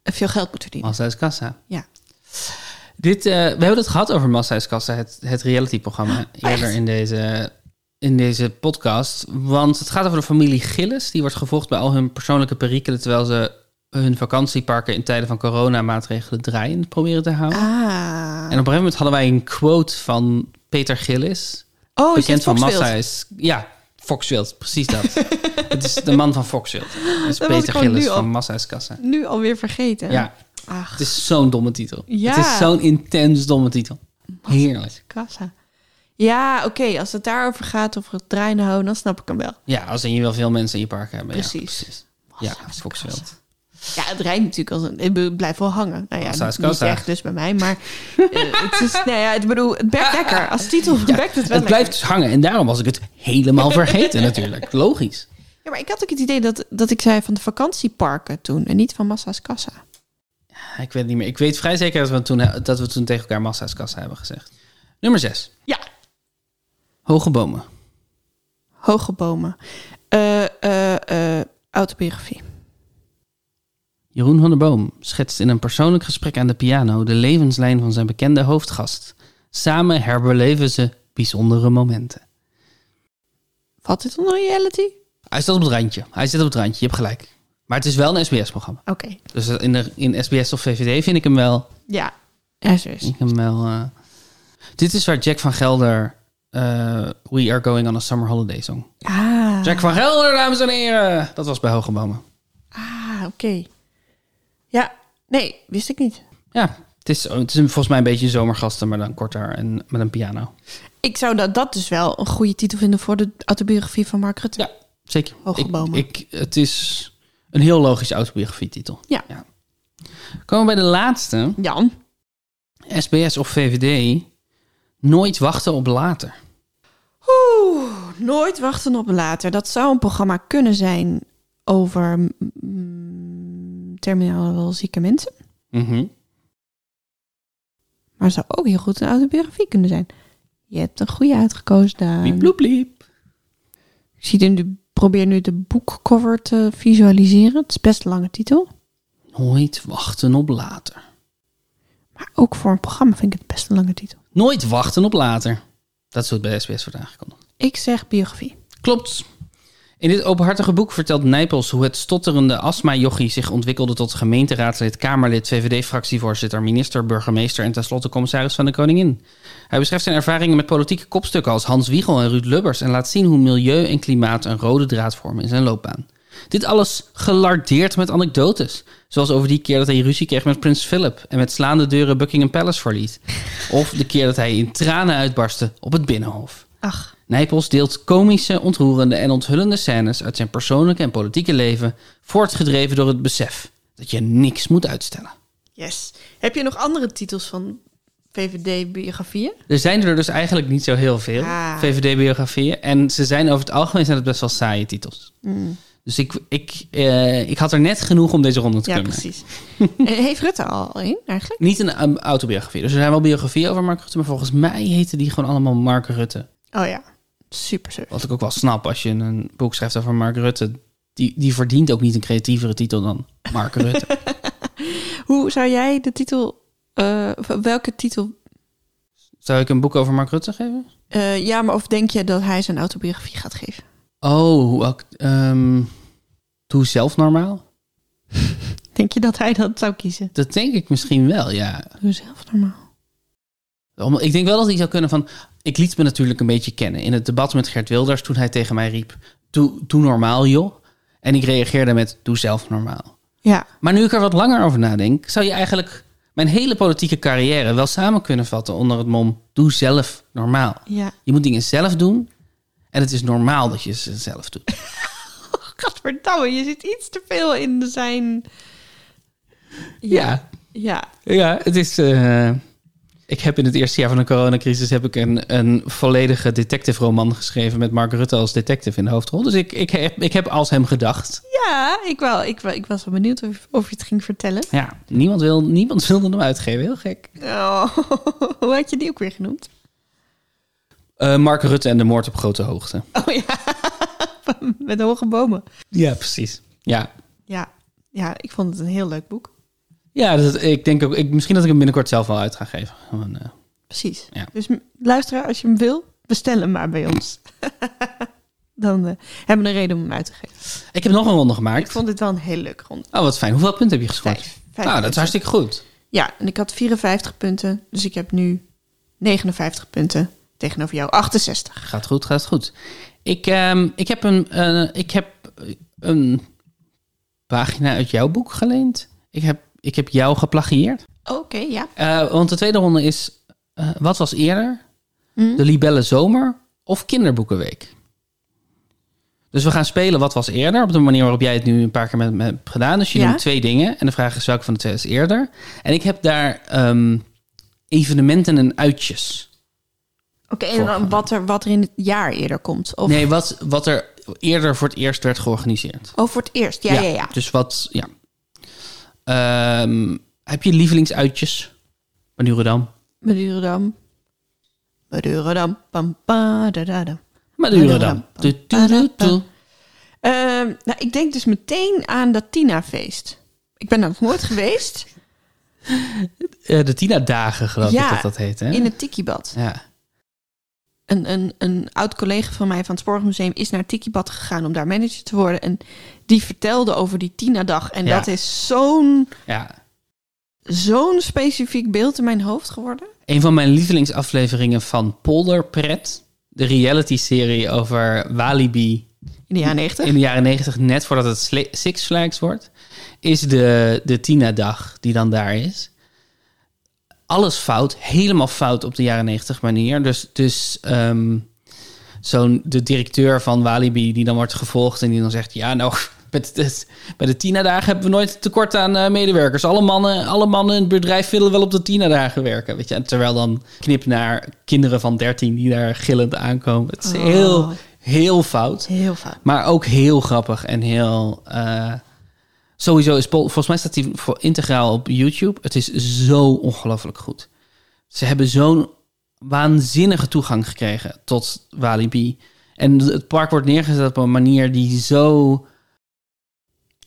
S1: veel geld moet verdienen.
S2: Massa is kassa.
S1: Ja.
S2: Dit, eh, we hebben het gehad over Massa is kassa, het, het
S1: Oh,
S2: realityprogramma. Eerder in deze, in deze podcast. Want het gaat over de familie Gillis. Die wordt gevolgd bij al hun persoonlijke perikelen... terwijl ze hun vakantieparken in tijden van coronamaatregelen draaiend proberen te houden.
S1: Ah.
S2: En op een gegeven moment hadden wij een quote van Peter Gillis.
S1: Oh, is
S2: bekend
S1: dit
S2: van
S1: Foxfield?
S2: Massa is... Ja, Foxfield, precies
S1: <laughs>
S2: dat. het is de man van Foxfield. Dat
S1: Dat was
S2: is
S1: ik
S2: Peter
S1: gewoon
S2: Gillis
S1: nu al.
S2: van Massa is Kassa.
S1: Nu alweer vergeten.
S2: Ja,
S1: Ach.
S2: het is zo'n domme titel.
S1: Ja.
S2: Het is zo'n intens domme titel. Heerlijk.
S1: Kassa. Ja, oké. Als het daarover gaat, over het draaien houden, dan snap ik hem wel.
S2: Ja, als in je wel veel mensen in je park hebben. Ja,
S1: Precies.
S2: precies.
S1: Massa
S2: Ja,
S1: is kassa.
S2: Foxfield.
S1: Ja, het rijmt natuurlijk als een... Het blijft wel hangen. Nou ja,
S2: Massa is
S1: niet
S2: kassa.
S1: echt dus bij mij, maar... eh, het is, nou ja, ik bedoel, het werkt lekker. Als titel werkt het wel
S2: Het blijft dus hangen en daarom was ik het
S1: <laughs>
S2: helemaal vergeten natuurlijk. Logisch.
S1: lekker. Ja, maar ik had ook het idee dat, dat ik zei van de vakantieparken toen en niet van Massa's Kassa.
S2: Ja, Ik weet het niet meer. Ik weet vrij zeker dat we toen, dat we toen tegen elkaar Massa's Kassa hebben gezegd. Nummer 6.
S1: Ja.
S2: Hoge bomen.
S1: Hoge bomen. Eh, eh, eh, autobiografie.
S2: Jeroen van der Boom schetst in een persoonlijk gesprek aan de piano de levenslijn van zijn bekende hoofdgast. Samen herbeleven ze bijzondere momenten.
S1: Valt dit onder reality?
S2: Hij staat op het randje. Hij zit op het randje, je hebt gelijk. Maar het is wel een SBS-programma.
S1: Oké.
S2: Dus in, de, in SBS of VVD vind ik hem wel.
S1: Ja. Ja, zo is
S2: Vind ik hem wel eh. Dit is waar Jack van Gelder. eh, We are going on a summer holiday song.
S1: Ah.
S2: Jack van Gelder, dames en heren. Dat was bij Hoge Bomen.
S1: Ah, oké. Ja, nee, wist ik niet.
S2: Ja, het is, het is volgens mij een beetje zomergasten, maar dan korter en met een piano.
S1: Ik zou dat, dat dus wel een goede titel vinden voor de autobiografie van Mark Rutte.
S2: Ja, zeker.
S1: Hoge
S2: ik,
S1: bomen.
S2: Ik, het is een heel logische autobiografietitel.
S1: Ja.
S2: Komen we bij de laatste.
S1: Jan.
S2: SBS of VVD. Nooit wachten op later.
S1: Oeh, nooit wachten op later. Dat zou een programma kunnen zijn over mm, terminaal zieke mensen. Maar het zou ook heel goed een autobiografie kunnen zijn. Je hebt een goede uitgekozen,
S2: Bliep,
S1: Daan.
S2: bloep, bliep.
S1: Ik zie nu de, probeer nu de boekcover te visualiseren. Het is best een lange titel.
S2: Nooit wachten op later.
S1: Maar ook voor een programma vind ik het best een lange titel.
S2: Nooit wachten op later. Dat is hoe het bij SBS wordt aangekondigd.
S1: Ik zeg biografie.
S2: Klopt. In dit openhartige boek vertelt Nijpels hoe het stotterende astma-jochie zich ontwikkelde tot gemeenteraadslid, Kamerlid, VVD-fractievoorzitter, minister, burgemeester en tenslotte commissaris van de Koningin. Hij beschrijft zijn ervaringen met politieke kopstukken als Hans Wiegel en Ruud Lubbers en laat zien hoe milieu en klimaat een rode draad vormen in zijn loopbaan. Dit alles gelardeerd met anekdotes, zoals over die keer dat hij ruzie kreeg met Prins Philip en met slaande deuren Buckingham Palace verliet, of de keer dat hij in tranen uitbarstte op het Binnenhof.
S1: Ach,
S2: Nijpels deelt komische, ontroerende en onthullende scènes uit zijn persoonlijke en politieke leven, voortgedreven door het besef dat je niks moet uitstellen.
S1: yes. Heb je nog andere titels van VVD-biografieën?
S2: Er zijn er dus eigenlijk niet zo heel veel,
S1: Ah.
S2: VVD-biografieën. En ze zijn over het algemeen zijn het best wel saaie titels.
S1: Mm.
S2: Dus ik, ik, eh, ik had er net genoeg om deze ronde te
S1: Ja,
S2: kunnen.
S1: precies. <laughs> Eh, Heeft Rutte al één eigenlijk?
S2: Niet een um, autobiografie. Dus er zijn wel biografieën over Mark Rutte, maar volgens mij heten die gewoon allemaal Mark Rutte.
S1: Oh ja, super super. <laughs>
S2: Wat ik ook wel snap als je een boek schrijft over Mark Rutte. Die, die verdient ook niet een creatievere titel dan Mark Rutte.
S1: Hoe zou jij de titel... eh, v- welke titel...
S2: Zou ik een boek over Mark Rutte geven?
S1: eh, ja, maar of denk je dat hij zijn autobiografie gaat geven?
S2: Oh, hoe act- ehm, doe zelf normaal?
S1: Denk je dat hij dat zou kiezen?
S2: Dat denk ik misschien wel, ja.
S1: Doe zelf normaal.
S2: Om- Ik denk wel dat hij zou kunnen van... Ik liet me natuurlijk een beetje kennen. In het debat met Gert Wilders, toen hij tegen mij riep... Doe, doe normaal, joh. En ik reageerde met, doe zelf normaal.
S1: Ja,
S2: Maar nu ik er wat langer over nadenk... zou je eigenlijk mijn hele politieke carrière... wel samen kunnen vatten onder het mom... doe zelf normaal.
S1: <laughs> ja.
S2: Je moet dingen zelf doen... en het is normaal dat je ze zelf doet.
S1: Gadverdamme, Oh, je zit iets te veel in de zijn. Ja.
S2: Ja, het is. eh, ik heb in het eerste jaar van de coronacrisis heb ik een, een volledige detective roman geschreven met Mark Rutte als detective in de hoofdrol. Dus ik, ik, heb, ik heb als hem gedacht.
S1: Ja, ik, wel, ik, wel- ik was wel benieuwd of, of je het ging vertellen.
S2: Ja, niemand, wil, niemand wilde hem uitgeven. Heel gek.
S1: Oh, hoe had je die ook weer genoemd?
S2: Eh, Mark Rutte en de moord op grote hoogte.
S1: Oh ja, <laughs> met hoge bomen.
S2: Ja, precies. Ja.
S1: Ja, ja, ik vond het een heel leuk boek.
S2: Ja, dus ik denk ook. Ik, misschien dat ik hem binnenkort zelf wel uit ga geven. Gewoon, eh,
S1: Precies.
S2: Ja.
S1: Dus m- luisteraar, als je hem wil, bestel hem maar bij <laughs> ons. Dan eh, hebben we een reden om hem uit te geven.
S2: Ik heb nog een ronde gemaakt.
S1: Ik vond dit wel een hele leuke ronde.
S2: Oh, wat fijn. Hoeveel punten heb je gescoord?
S1: Vijf. Vijf
S2: nou, dat is
S1: punten.
S2: hartstikke goed.
S1: Ja, en ik had 54 punten, dus ik heb nu 59 punten tegenover jou 68.
S2: Gaat goed, gaat goed. Ik, ehm, ik heb, een, eh, ik heb eh, een pagina uit jouw boek geleend. Ik heb, ik heb jou geplagieerd.
S1: Oké, ja.
S2: Eh, want de tweede ronde is, eh, wat was eerder? De Libelle Zomer of Kinderboekenweek? Dus we gaan spelen wat was eerder, op de manier waarop jij het nu een paar keer met me hebt gedaan. Dus je
S1: Ja.
S2: doet twee dingen en de vraag is welke van de twee is eerder. En ik heb daar ehm, evenementen en uitjes.
S1: Oké, en dan wat er, wat er in het jaar eerder komt? Of
S2: Nee, wat, wat er eerder voor het eerst werd georganiseerd.
S1: oh, voor het eerst? Ja, ja, ja.
S2: Dus wat, ja. Ehm, heb je lievelingsuitjes? Madurodam.
S1: Madurodam. Madurodam. Pam, pa, da, da, da.
S2: Madurodam. Tu, tu, tu, tu.
S1: Ehm, nou, ik denk dus meteen aan dat Tina-feest. Ik ben daar nog nooit geweest.
S2: Eh, De Tina-dagen, geloof
S1: Ja,
S2: ik dat dat heet, hè?
S1: In het Tikibad.
S2: Ja.
S1: Een, een, een oud collega van mij van het Spoorwegmuseum is naar het Tikibad gegaan om daar manager te worden. En die vertelde over die Tina-dag. En
S2: Ja.
S1: dat is zo'n
S2: ja.
S1: zo'n specifiek beeld in mijn hoofd geworden.
S2: Een van mijn lievelingsafleveringen van Polderpret. De reality-serie over Walibi
S1: In de jaren negentig.
S2: in de jaren negentig, net voordat het Sli- Six Flags wordt, is de, de Tina-dag die dan daar is. Alles fout, helemaal fout op de jaren negentig manier. Dus, dus ehm, zo'n de directeur van Walibi die dan wordt gevolgd en die dan zegt: Ja, nou. <laughs> Met, het- bij de Tina-dagen hebben we nooit tekort aan eh, medewerkers. Alle mannen, alle mannen in het bedrijf willen wel op de Tina-dagen werken. Weet je? En terwijl dan knip naar kinderen van 13 die daar gillend aankomen. Het is
S1: Oh.
S2: heel, heel fout.
S1: Heel vaak.
S2: Maar ook heel grappig en heel. eh, sowieso is Pol. Volgens mij staat die voor integraal op YouTube. Het is zo ongelooflijk goed. Ze hebben zo'n waanzinnige toegang gekregen tot Walibi. En het park wordt neergezet op een manier die zo.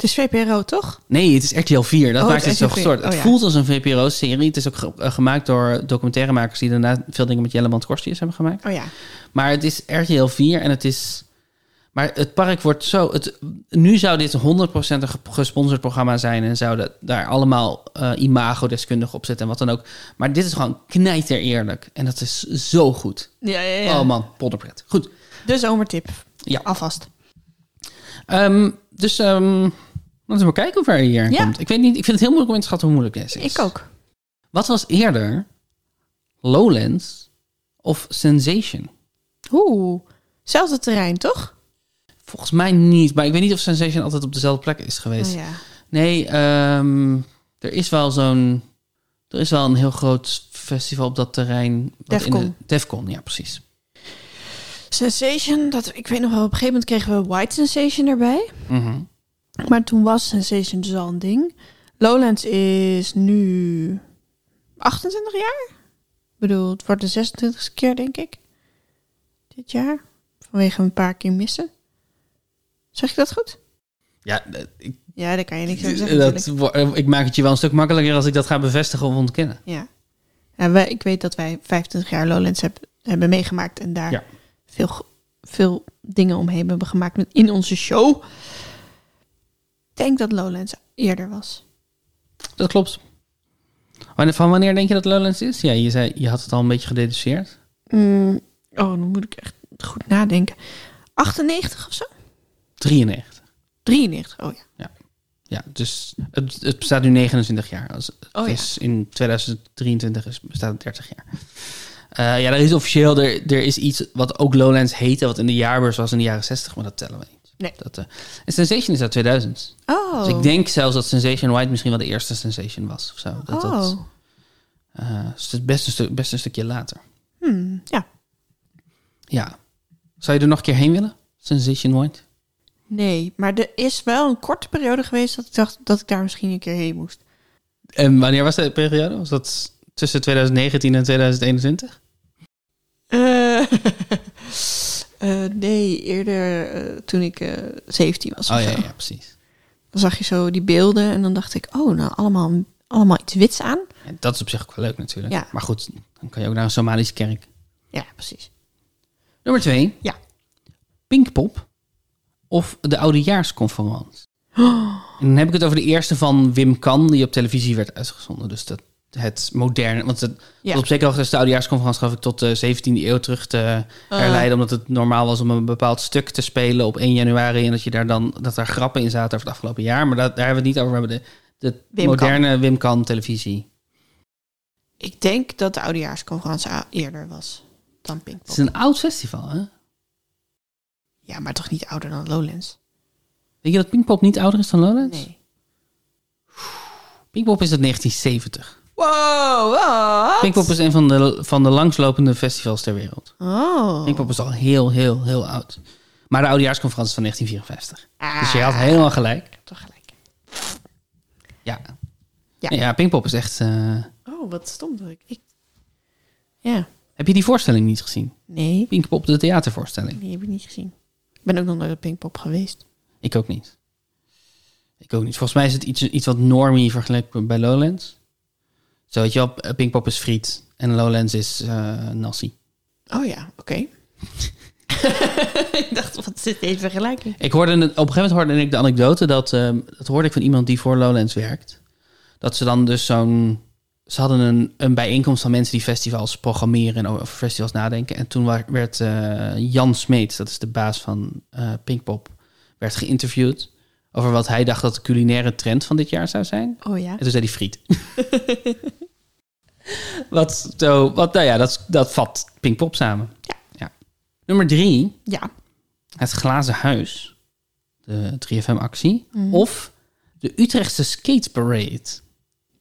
S1: Het is VPRO, toch?
S2: Nee, het is RTL 4. Dat
S1: Oh,
S2: maakt
S1: het
S2: het zo
S1: RTL 4.
S2: gestoord. Het
S1: Oh, ja.
S2: voelt als een VPRO-serie. Het is ook ge- eh, gemaakt door documentairemakers die daarna veel dingen met Jellemant Korstius hebben gemaakt.
S1: Oh ja.
S2: Maar het is RTL 4 en het is. Maar het park wordt zo. Het, nu zou dit een 100% een ge- gesponsord programma zijn. En zouden daar allemaal eh, imago-deskundigen op zitten en wat dan ook. Maar dit is gewoon knijter eerlijk. En dat is zo goed.
S1: Ja, ja, ja.
S2: Oh man, podderpret. Goed.
S1: De zomertip.
S2: Ja.
S1: Alvast.
S2: Ehm, dus ehm, laten we maar kijken hoe ver je hier
S1: Ja.
S2: komt. Ik, weet niet, ik vind het heel moeilijk om in te schatten hoe moeilijk deze is.
S1: Ik ook.
S2: Wat was eerder Lowlands of Sensation?
S1: Oeh. Zelfde terrein, toch?
S2: Volgens mij niet. Maar ik weet niet of Sensation altijd op dezelfde plek is geweest.
S1: Oh, ja.
S2: Nee, ehm, er is wel zo'n. Er is wel een heel groot festival op dat terrein. wat
S1: Defcon.
S2: de- Defcon, ja, precies.
S1: Sensation, dat, ik weet nog wel, op een gegeven moment kregen we White Sensation erbij.
S2: Mhm.
S1: Maar toen was Sensation dus al een ding. Lowlands is nu 28 jaar. Ik bedoel, het wordt de 26e keer, denk ik. Dit jaar. Vanwege een paar keer missen. Zeg ik dat goed?
S2: Ja, eh, ik,
S1: Ja, daar kan je niks aan zeggen.
S2: dat,
S1: natuurlijk.
S2: wo- eh, ik maak het je wel een stuk makkelijker als ik dat ga bevestigen of ontkennen.
S1: Ja. ja wij, ik weet dat wij 25 jaar Lowlands heb, hebben meegemaakt en daar
S2: Ja.
S1: veel, g- veel dingen omheen hebben gemaakt met, in onze show. Ik denk dat Lowlands eerder was.
S2: Dat klopt. Oké, Wanneer- Van wanneer denk je dat Lowlands is? Ja, je, zei, je had het al een beetje gededuceerd.
S1: Mm, oh, dan moet ik echt goed nadenken. 98 of zo?
S2: 93.
S1: 93, oh ja.
S2: Ja, dus het, het bestaat nu 29 jaar. Als, het
S1: Oh ja.
S2: is in 2023 is, bestaat het 30 jaar. Eh, ja, er is officieel, er, er is iets wat ook Lowlands heette, wat in de jaarbeurs was in de jaren 60, maar dat tellen we niet.
S1: Nee.
S2: Dat, eh, en Sensation is uit 2000.
S1: Oh.
S2: Dus ik denk zelfs dat Sensation White misschien wel de eerste Sensation was. Of zo. Dat,
S1: oh.
S2: dat, eh, dus het is best een, stuk, best een stukje later.
S1: Hmm, ja.
S2: Ja. Zou je er nog een keer heen willen? Sensation White?
S1: Nee, maar er is wel een korte periode geweest dat ik dacht dat ik daar misschien een keer heen moest.
S2: En wanneer was de periode? Was dat tussen 2019 en 2021?
S1: Eh, <laughs> eh, nee, eerder eh, toen ik eh, 17 was. of
S2: Oh ja,
S1: zo.
S2: ja, precies.
S1: Dan zag je zo die beelden en dan dacht ik, oh, nou, allemaal, allemaal iets wits aan.
S2: Ja, dat is op zich ook wel leuk natuurlijk.
S1: Ja.
S2: Maar goed, dan kan je ook naar een Somalische kerk.
S1: Ja, precies.
S2: Nummer twee.
S1: Ja.
S2: Pinkpop of de Oudejaarsconferentie.
S1: Oh.
S2: En dan heb ik het over de eerste van Wim Kan, die op televisie werd uitgezonden. Dus dat het moderne, want het,
S1: Ja.
S2: tot op zekere hoogte is de oudejaarsconferentie gaf ik tot de 17e eeuw terug te
S1: Oh.
S2: herleiden, omdat het normaal was om een bepaald stuk te spelen op 1 januari en dat je daar dan dat daar grappen in zaten over het afgelopen jaar. Maar dat, daar hebben we het niet over. We hebben de, de
S1: Wim Kan.
S2: moderne Wim Kan televisie.
S1: Ik denk dat de oudejaarsconferentie a- eerder was dan
S2: Het
S1: Pinkpop.
S2: is een oud festival, hè?
S1: Ja, maar toch niet ouder dan Lowlands?
S2: Weet je dat Pinkpop niet ouder is dan Lowlands?
S1: Nee.
S2: Pinkpop is uit 1970.
S1: Wow, wat?
S2: Pinkpop is een van de, van de langslopende festivals ter wereld.
S1: Oh.
S2: Pinkpop is al heel, heel, heel oud. Maar de oudejaarsconferentie is van 1954.
S1: Ah,
S2: Dus je had helemaal gelijk.
S1: Toch gelijk.
S2: Ja.
S1: Ja.
S2: Ja, ja Pinkpop is echt... eh,
S1: Oh, wat stom dat ik. ik... Ja.
S2: Heb je die voorstelling niet gezien?
S1: Nee,
S2: Pinkpop, de theatervoorstelling.
S1: die heb ik niet gezien. Ik ben ook nog naar de Pinkpop geweest.
S2: Ik ook niet. Ik ook niet. Volgens mij is het iets, iets wat normie vergeleken bij Lowlands. Zo, weet je wel, eh, Pinkpop is friet en Lowlands is eh nasi.
S1: Oh ja, oké. <laughs> ik dacht, wat zit deze vergelijking?
S2: Ik hoorde het, op een gegeven moment hoorde ik de anekdote dat, ehm, dat hoorde ik van iemand die voor Lowlands werkt. Dat ze dan dus zo'n. Ze hadden een, een bijeenkomst van mensen die festivals programmeren en over festivals nadenken. En toen wa- werd eh, Jan Smeets, dat is de baas van eh, Pinkpop, werd geïnterviewd over wat hij dacht dat de culinaire trend van dit jaar zou zijn.
S1: Oh ja.
S2: En toen zei hij friet. wat, zo, wat, nou ja, dat, dat vat Pinkpop samen.
S1: Ja.
S2: ja. Nummer drie
S1: Ja.
S2: het Glazen Huis, de 3FM-actie,
S1: Mhm.
S2: of de Utrechtse Skate Parade.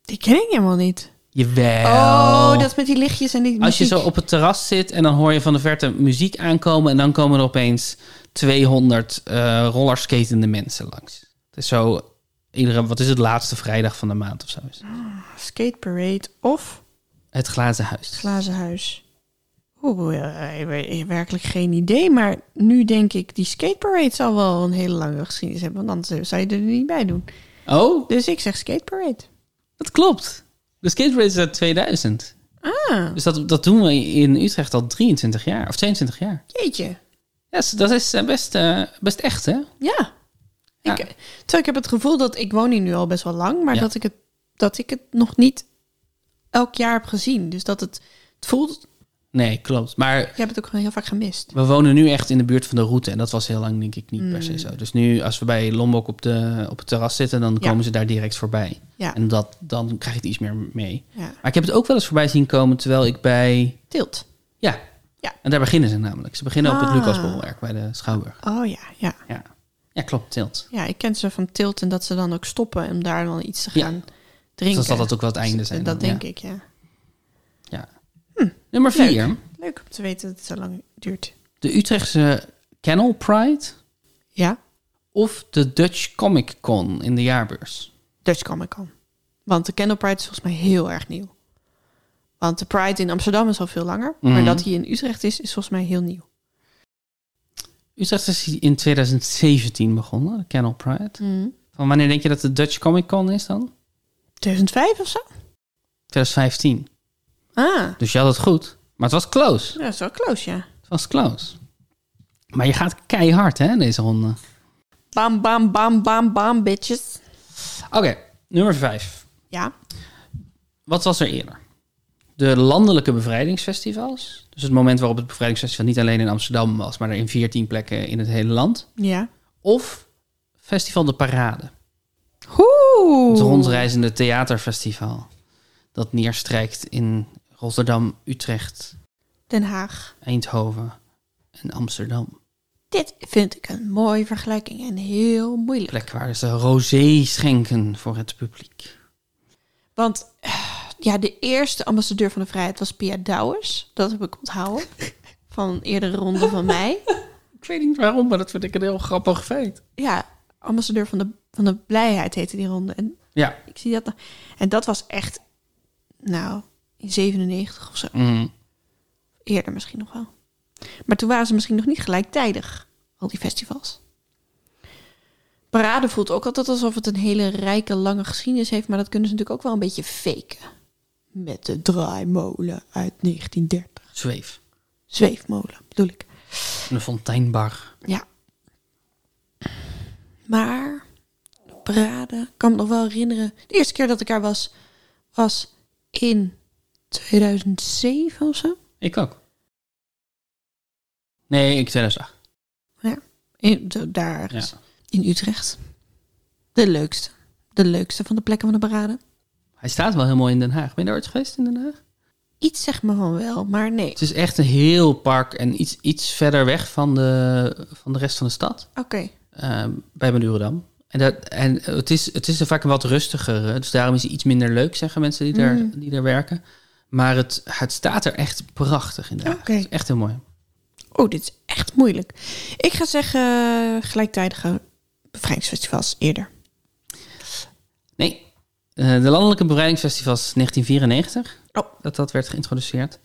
S1: Die ken ik helemaal niet.
S2: Jawel.
S1: Oh, dat met die lichtjes en die muziek.
S2: Als je zo op het terras zit en dan hoor je van de verte muziek aankomen... en dan komen er opeens 200 eh rollerskatende mensen langs. Het is zo, iedere, wat is het laatste vrijdag van de maand of zo? is het.
S1: Skate Parade of
S2: Het Glazen Huis.
S1: Glazen Huis. Oeh, eh, ik weet werkelijk geen idee. Maar nu denk ik, die Skate Parade zal wel een hele lange geschiedenis hebben. Want anders zou je er niet bij doen.
S2: Oh,
S1: Dus ik zeg Skate Parade.
S2: dat klopt. De Skate Parade is uit 2000.
S1: Ah,
S2: Dus dat, dat doen we in Utrecht al 23 jaar, of 22 jaar.
S1: jeetje.
S2: Ja, dat is eh, best, eh, best echt, hè?
S1: Ja.
S2: Ja.
S1: Ik, terwijl ik heb het gevoel dat ik woon hier nu al best wel lang, maar
S2: Ja.
S1: dat, ik het, dat ik het nog niet elk jaar heb gezien. Dus dat het, het voelt,
S2: Nee, klopt. Maar
S1: ik heb het ook gewoon heel vaak gemist.
S2: we wonen nu echt in de buurt van de route. En dat was heel lang, denk ik, niet per se zo. Dus nu, als we bij Lombok op, de, op het terras zitten, dan
S1: Ja.
S2: komen ze daar direct voorbij.
S1: Ja,
S2: En dat, dan krijg je het iets meer mee.
S1: ja.
S2: Maar ik heb het ook wel eens voorbij zien komen terwijl ik bij.
S1: Tilt.
S2: Ja.
S1: Ja.
S2: En daar beginnen ze namelijk. Ze beginnen op het
S1: Ah.
S2: Lucasbolwerk bij de Schouwburg.
S1: Oh ja, ja.
S2: Ja. Ja, klopt, tilt. Dus
S1: Ja, ik ken ze van Tilt en dat ze dan ook stoppen om daar dan iets te
S2: Ja.
S1: gaan
S2: Dus
S1: drinken.
S2: dan zal dat Hm. ook wel het einde zijn.
S1: Dat
S2: dan,
S1: denk
S2: ja.
S1: ik, ja.
S2: Ja. Nummer
S1: Leuk.
S2: vier.
S1: Leuk om te weten dat het zo lang duurt.
S2: De Utrechtse Kennel Pride
S1: Ja,
S2: of de Dutch Comic Con in de jaarbeurs.
S1: Dutch Comic Con. Want de Candle Pride is volgens mij heel erg nieuw. Want de Pride in Amsterdam is al veel langer. Maar
S2: Mhm.
S1: dat die in Utrecht is, is volgens mij heel nieuw.
S2: Utrecht is dus in 2017 begonnen, de Kennel Pride. Van wanneer denk je dat de Dutch Comic Con is dan?
S1: 2005 of zo?
S2: 2015.
S1: Ah,
S2: Dus je had het goed. Maar het was close.
S1: dat is wel close, ja.
S2: Het was close. Maar je gaat keihard, hè, deze ronde.
S1: Bam, bam, bam, bam, bam, bitches.
S2: Oké, nummer 5.
S1: Ja.
S2: wat was er eerder? De landelijke bevrijdingsfestivals. Dus het moment waarop het bevrijdingsfestival niet alleen in Amsterdam was, maar er in 14 plekken in het hele land.
S1: Ja.
S2: Of Festival de Parade.
S1: Oeh.
S2: Het rondreizende theaterfestival. Dat neerstrijkt in Rotterdam, Utrecht,
S1: Den Haag.
S2: Eindhoven en Amsterdam.
S1: Dit vind ik een mooie vergelijking en heel moeilijk.
S2: Plek waar ze rosé schenken voor het publiek.
S1: Want eh, ja, de eerste ambassadeur van de vrijheid was Pia Douwers. Dat heb ik onthouden. van een eerdere ronde van mij.
S2: Ik weet niet waarom, maar dat vind ik een heel grappig feit.
S1: Ja, ambassadeur van de, van de blijheid heette die ronde. En
S2: Ja.
S1: ik zie dat. nog. En dat was echt, nou, in 97 of zo.
S2: Mm.
S1: Eerder misschien nog wel. Maar toen waren ze misschien nog niet gelijktijdig, al die festivals. Parade voelt ook altijd alsof het een hele rijke, lange geschiedenis heeft, maar dat kunnen ze natuurlijk ook wel een beetje faken. Met de draaimolen uit 1930.
S2: Zweef.
S1: Zweefmolen, bedoel ik.
S2: Een fonteinbar.
S1: Ja. Maar de parade, ik kan me nog wel herinneren. De eerste keer dat ik daar was, was in 2007 of zo.
S2: Ik ook. Nee, ik 2008.
S1: In, zo daar ergens.
S2: Ja.
S1: in Utrecht. De leukste. De leukste van de plekken van de parade.
S2: Hij staat wel heel mooi in Den Haag. Ben je daar ooit geweest in Den Haag?
S1: Iets zeg me van wel, maar nee.
S2: Het is echt een heel park en iets, iets verder weg van de, van de rest van de stad.
S1: Oké.
S2: eh, bij Madurodam. En, dat, en het, is, het is er vaak een wat rustiger. hè. Dus daarom is het iets minder leuk, zeggen mensen die daar,
S1: Mm.
S2: die daar werken. Maar het, het staat er echt prachtig in. Den Haag.
S1: Oké.
S2: Het is echt heel mooi.
S1: Oh, dit is echt moeilijk. Ik ga zeggen eh, gelijktijdige bevrijdingsfestivals eerder.
S2: Nee, eh, de Landelijke Bevrijdingsfestivals 1994.
S1: Oh.
S2: Dat dat werd geïntroduceerd.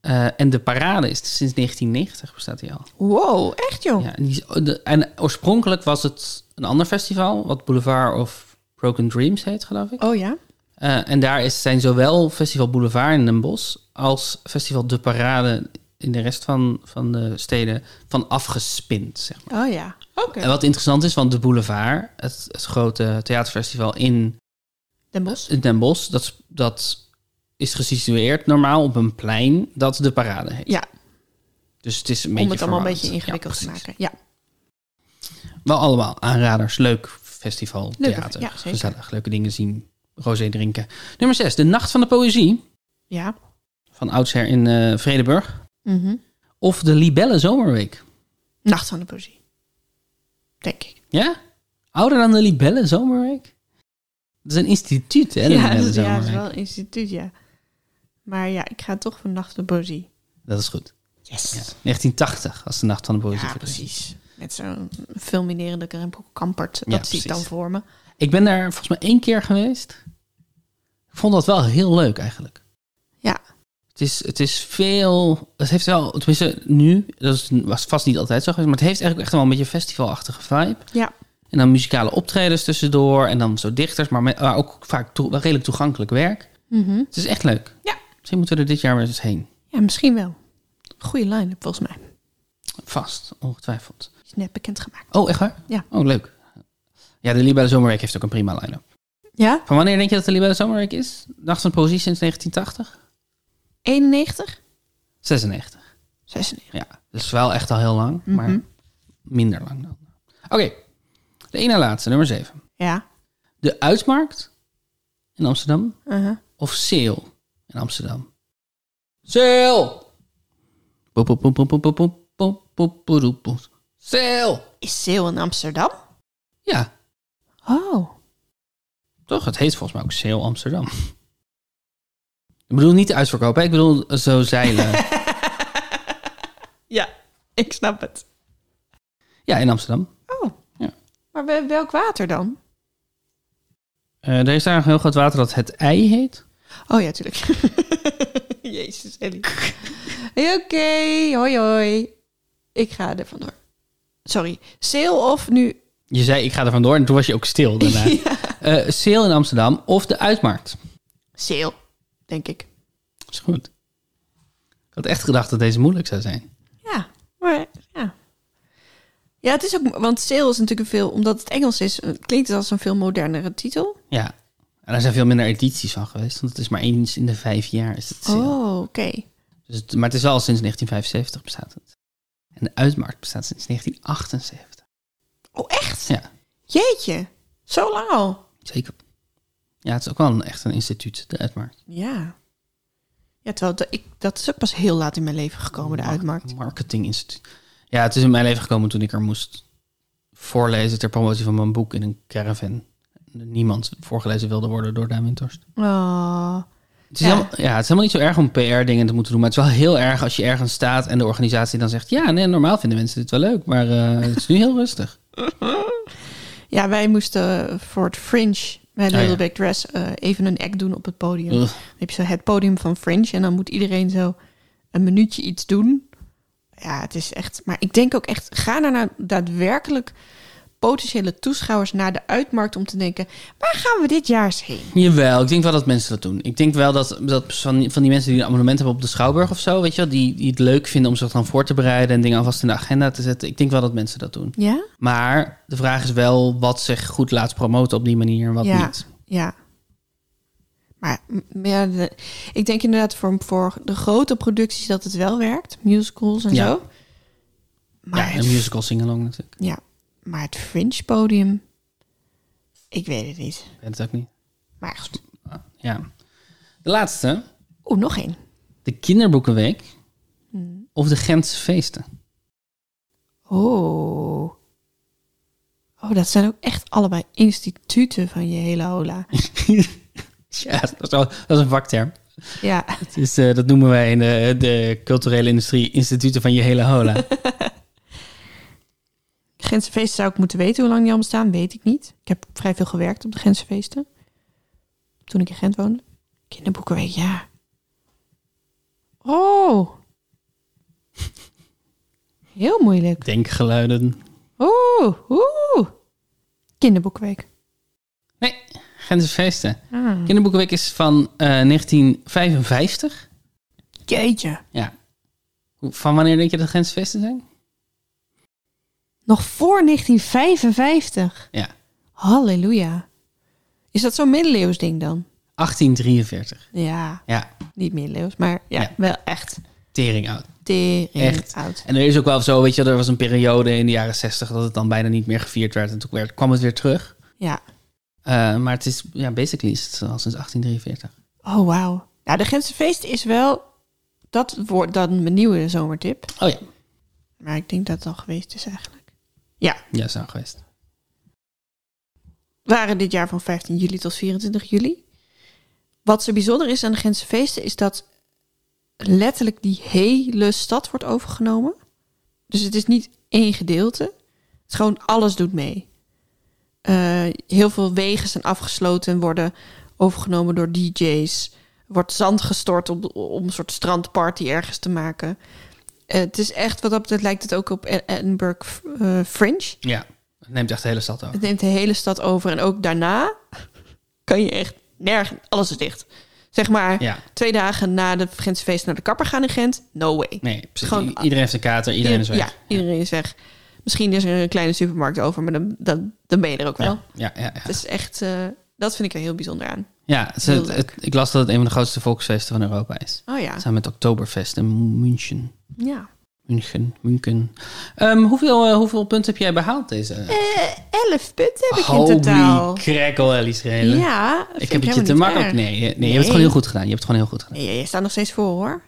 S2: Eh, en de parade is sinds 1990 bestaat die al.
S1: Wow, echt joh.
S2: Ja, en, die is- de- en oorspronkelijk was het een ander festival, wat Boulevard of Broken Dreams heet, geloof ik.
S1: Oh ja?
S2: Eh, en daar is, zijn zowel Festival Boulevard in Den Bosch als Festival De Parade in de rest van, van de steden van afgespind. Zeg maar.
S1: Oh ja. Oké.
S2: En wat interessant is, want De Boulevard, het, het grote theaterfestival in,
S1: Den Bosch?
S2: in Den Bosch, dat, dat is gesitueerd normaal op een plein dat De Parade heet.
S1: Ja,
S2: Dus het is een beetje
S1: om het allemaal een beetje
S2: verwarrend.
S1: ingewikkeld te
S2: Ja, precies.
S1: maken. Ja.
S2: Wel allemaal aanraders, leuk festival,
S1: Leuk,
S2: theater,
S1: ja, zeker.
S2: gezellig, leuke dingen zien, rosé drinken. Nummer 6, De Nacht van de Poëzie,
S1: Ja.
S2: van oudsher in eh Vredeburg.
S1: Mhm.
S2: Of de Libelle Zomerweek.
S1: Nacht van de poëzie. Denk ik.
S2: Ja? Ouder dan de Libelle Zomerweek? Dat is een instituut, hè? De
S1: ja,
S2: Libelle
S1: dat is, ja, dat
S2: Zomerweek.
S1: is wel een instituut, ja. Maar ja, ik ga toch voor Nacht van de poëzie.
S2: Dat is goed.
S1: Yes.
S2: Ja. 1980 als de Nacht van de Poëzie.
S1: Ja,
S2: verdween.
S1: precies. Met zo'n fulminerende krempel kampert. Dat
S2: Ja,
S1: zie ik dan
S2: precies.
S1: voor me.
S2: Ik ben daar volgens mij één keer geweest. Ik vond dat wel heel leuk eigenlijk.
S1: Ja.
S2: Het is, het is veel... Het heeft wel... Tenminste, nu... Dat is- was vast niet altijd zo geweest. Maar het heeft eigenlijk echt wel een beetje een festivalachtige vibe.
S1: Ja.
S2: En dan muzikale optredens tussendoor. En dan zo dichters. Maar, met- maar ook vaak toe- wel redelijk toegankelijk werk.
S1: Mhm.
S2: Het is echt leuk.
S1: Ja.
S2: Misschien moeten we er dit jaar weer eens heen.
S1: Ja, misschien wel. Goede line-up volgens mij.
S2: Vast, ongetwijfeld.
S1: Is net bekendgemaakt.
S2: Oh, echt waar?
S1: Ja.
S2: Oh, leuk. Ja, de Libelle Zomerweek heeft ook een prima line-up.
S1: Ja?
S2: Van wanneer denk je dat de Libelle Zomerweek is? Nacht van de Poëzie sinds 1980?
S1: 91?
S2: 96.
S1: 96.
S2: Ja, dus wel echt al heel lang,
S1: Mhm.
S2: maar minder lang dan. Oké, de ene laatste, nummer 7.
S1: Ja.
S2: De Uitmarkt in Amsterdam
S1: Uh-huh.
S2: of Seel in Amsterdam? Seel! Poep, poep, poep, poep, poep, poep, poep, poep, poep, poep, poep. Seel!
S1: Is Zeeuw in Amsterdam?
S2: Ja,
S1: Oh.
S2: Toch? Het heet volgens mij ook Sale Amsterdam. <laughs> Ik bedoel niet uitverkopen, hè? ik bedoel
S1: <laughs>
S2: zo zeilen.
S1: <laughs> ja, ik snap het.
S2: ja, in Amsterdam.
S1: Oh.
S2: Ja.
S1: Maar we- welk water dan?
S2: Eh, er is daar een heel groot water dat het ei heet.
S1: Oh ja, tuurlijk. <laughs> Jezus, Ellie. Hey, Oké, hoi hoi. Ik ga er vandoor. Sorry. Sale of nu...
S2: Je zei, ik ga er vandoor en toen was je ook stil daarna. Eh Sale in Amsterdam of de Uitmarkt.
S1: Sale, denk ik.
S2: Is goed. Ik had echt gedacht dat deze moeilijk zou zijn.
S1: Ja, maar ja. Ja, het is ook... Want sale is natuurlijk een veel... Omdat het Engels is, eh, klinkt het als een veel modernere titel.
S2: Ja. En daar zijn veel minder edities van geweest, want het is maar eens in de vijf jaar. Is het sale.
S1: Oh, oké.
S2: Dus het- maar het is wel al sinds 1975 bestaat het. En de uitmarkt bestaat sinds 1978.
S1: Oh, echt?
S2: Ja.
S1: Jeetje, zo lang al.
S2: Zeker. Ja, het is ook wel een, echt een instituut, de uitmarkt.
S1: Ja. Ja, terwijl dat, ik, dat is ook pas heel laat in mijn leven gekomen, de
S2: Mar-
S1: uitmarkt.
S2: Marketinginstituut. Ja, het is in mijn leven gekomen toen ik er moest voorlezen ter promotie van mijn boek in een caravan. Niemand voorgelezen wilde worden door Daan Winters.
S1: Oh,
S2: Het
S1: Ja.
S2: is, Helemaal, ja, het is helemaal niet zo erg om PR-dingen te moeten doen. Maar het is wel heel erg als je ergens staat en de organisatie dan zegt... Ja, nee, normaal vinden mensen dit wel leuk, maar eh, het is nu heel rustig.
S1: Ja, wij moesten voor het Fringe bij
S2: Ah, ja.
S1: Little Big Dress eh, even een act doen op het podium.
S2: Ugh.
S1: Dan heb je zo het podium van Fringe en dan moet iedereen zo een minuutje iets doen. Ja, het is echt... Maar ik denk ook echt, ga daar nou daadwerkelijk potentiële toeschouwers naar de uitmarkt om te denken... waar gaan we dit jaar eens heen?
S2: Jawel, ik denk wel dat mensen dat doen. Ik denk wel dat, dat van, die- van die mensen die een abonnement hebben op de Schouwburg of zo... Weet je wel, die, die het leuk vinden om zich dan voor te bereiden... en dingen alvast in de agenda te zetten. Ik denk wel dat mensen dat doen.
S1: Ja?
S2: Maar de vraag is wel wat zich goed laat promoten op die manier en wat
S1: ja,
S2: niet.
S1: Ja. Maar m- ja, de- ik denk inderdaad voor, voor de grote producties dat het wel werkt. Musicals en
S2: Ja.
S1: zo. Maar
S2: ja,
S1: het
S2: een musical sing-along natuurlijk.
S1: Ja, maar het Fringe podium, ik weet het niet.
S2: Ik weet het ook niet.
S1: Maar goed.
S2: Ja. De laatste,
S1: Oeh, nog één. Hm.
S2: de kinderboekenweek of de Gentse feesten.
S1: Oh. Oh, dat zijn ook echt allebei instituten van je hele hola.
S2: Ja, dat is, wel- dat is een vakterm.
S1: Ja,
S2: Het is, eh, dat noemen wij in de, de culturele industrie instituten van je hele
S1: <laughs>
S2: hola.
S1: Gentse feesten zou ik moeten weten hoe lang die al bestaan, weet ik niet. Ik heb vrij veel gewerkt op de Gentse feesten. Toen ik in Gent woonde. Kinderboekenweek, ja. Oh. Heel moeilijk.
S2: Denkgeluiden.
S1: Oeh, oeh. Kinderboekenweek.
S2: Nee, Gentse feesten.
S1: Ah.
S2: Kinderboekenweek is van eh, 1955.
S1: Jeetje.
S2: Ja. Hoe- Van wanneer denk je dat Gentse feesten zijn?
S1: Nog voor 1955.
S2: Ja,
S1: Halleluja. Is dat zo'n middeleeuws ding dan?
S2: 1843.
S1: Ja,
S2: Ja,
S1: niet middeleeuws, maar ja,
S2: Ja.
S1: wel echt
S2: tering oud.
S1: tering
S2: Echt.
S1: oud.
S2: En er is ook wel zo, weet je, er was een periode in de jaren 60 dat het dan bijna niet meer gevierd werd. En toen werd, kwam het weer terug.
S1: Ja.
S2: Eh, maar het is, ja, basically is het al sinds 1843.
S1: Oh, wauw. Nou, de Gentse feest is wel... Dat wordt dan mijn nieuwe zomertip.
S2: Oh ja,
S1: Maar ik denk dat het al geweest is eigenlijk. Ja,
S2: ja, is nou geweest.
S1: waren dit jaar van 15 juli tot 24 juli. Wat zo bijzonder is aan de Gentse feesten is dat letterlijk die hele stad wordt overgenomen. Dus het is niet één gedeelte. Het is gewoon alles doet mee. Eh, heel veel wegen zijn afgesloten en worden overgenomen door DJ's. Er wordt zand gestort om, om een soort strandparty ergens te maken. Eh, het is echt, wat dat betreft lijkt het ook op E- Edinburgh eh, Fringe.
S2: Ja, het neemt echt de hele stad over.
S1: Het neemt de hele stad over. En ook daarna kan je echt nergens... Alles is dicht. Zeg maar,
S2: Ja,
S1: twee dagen na de Gentse feest naar de kapper gaan in Gent. No way.
S2: nee, precies.
S1: Gewoon-
S2: I- iedereen heeft een kater, iedereen is weg.
S1: Ja, iedereen is weg. Misschien is er een kleine supermarkt over, maar dan, dan, dan ben je er ook wel.
S2: ja, ja, ja, ja.
S1: Het is echt... eh, dat vind ik er heel bijzonder aan.
S2: Ja, het is-
S1: Heel
S2: het-
S1: leuk.
S2: het- ik las dat het een van de grootste volksfesten van Europa is.
S1: Oh ja.
S2: Samen met Oktoberfest in München.
S1: Ja.
S2: München, München. Ehm, hoeveel, eh, hoeveel punten heb jij behaald deze?
S1: Eh, elf punten heb ik
S2: Holy
S1: in totaal.
S2: crackle, Ellie Schelen.
S1: Ja,
S2: ik heb het je te makkelijk. Nee, nee, je hebt het gewoon heel goed gedaan. Je hebt het gewoon heel goed gedaan.
S1: Nee, je staat nog steeds voor hoor.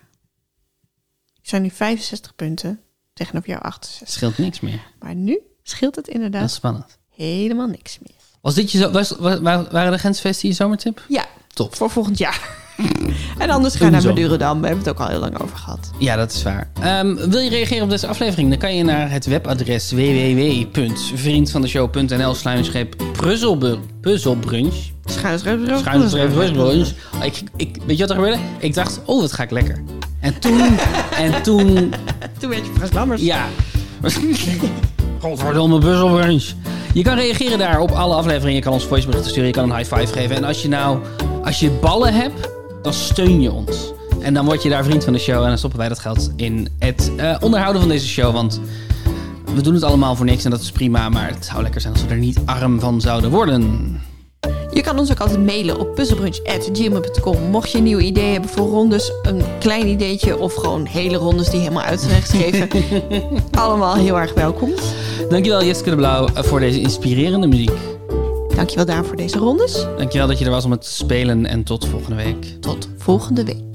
S1: Ik sta nu 65 punten tegenover jou 68.
S2: Het scheelt niks meer.
S1: Maar nu scheelt het inderdaad
S2: Dat is spannend.
S1: helemaal niks meer.
S2: Was dit je zo, was, wa- wa- waren de grensfesten je zomertip?
S1: Ja,
S2: Top.
S1: voor volgend
S2: <laughs>
S1: jaar. en anders ga
S2: Doen
S1: naar
S2: zo.
S1: Madurendam. We hebben het ook al heel lang over gehad.
S2: Ja, dat is waar. Ehm, wil je reageren op deze aflevering? Dan kan je naar het webadres www.vriendvandeshow.nl schuinstreep puzzelbrunch. Schuinstreep puzzelbrunch. Ah, Ik, ik, weet je wat er gebeurde? Ik dacht, oh, wat ga ik lekker. En toen, en toen,
S1: Toen werd je Frans Lammers.
S2: ja. Godverdomme puzzelbrunch. Je kan reageren daar op alle afleveringen. Je kan ons voiceberichten sturen, je kan een high five geven. En als je nou, als je ballen hebt, dan steun je ons. En dan word je daar vriend van de show. En dan stoppen wij dat geld in het eh, onderhouden van deze show. Want we doen het allemaal voor niks en dat is prima. Maar het zou lekker zijn als we er niet arm van zouden worden.
S1: Je kan ons ook altijd mailen op puzzelbrunch.gmail.com. Mocht je een nieuw idee hebben voor rondes, een klein ideetje of gewoon hele rondes die helemaal uit zijn gegeven.
S2: <laughs>
S1: Allemaal heel erg welkom.
S2: Dankjewel Jessica de Blauw eh, voor deze inspirerende muziek.
S1: Dankjewel daarvoor deze rondes.
S2: Dankjewel dat je er was om het te spelen en tot volgende week.
S1: Tot volgende week.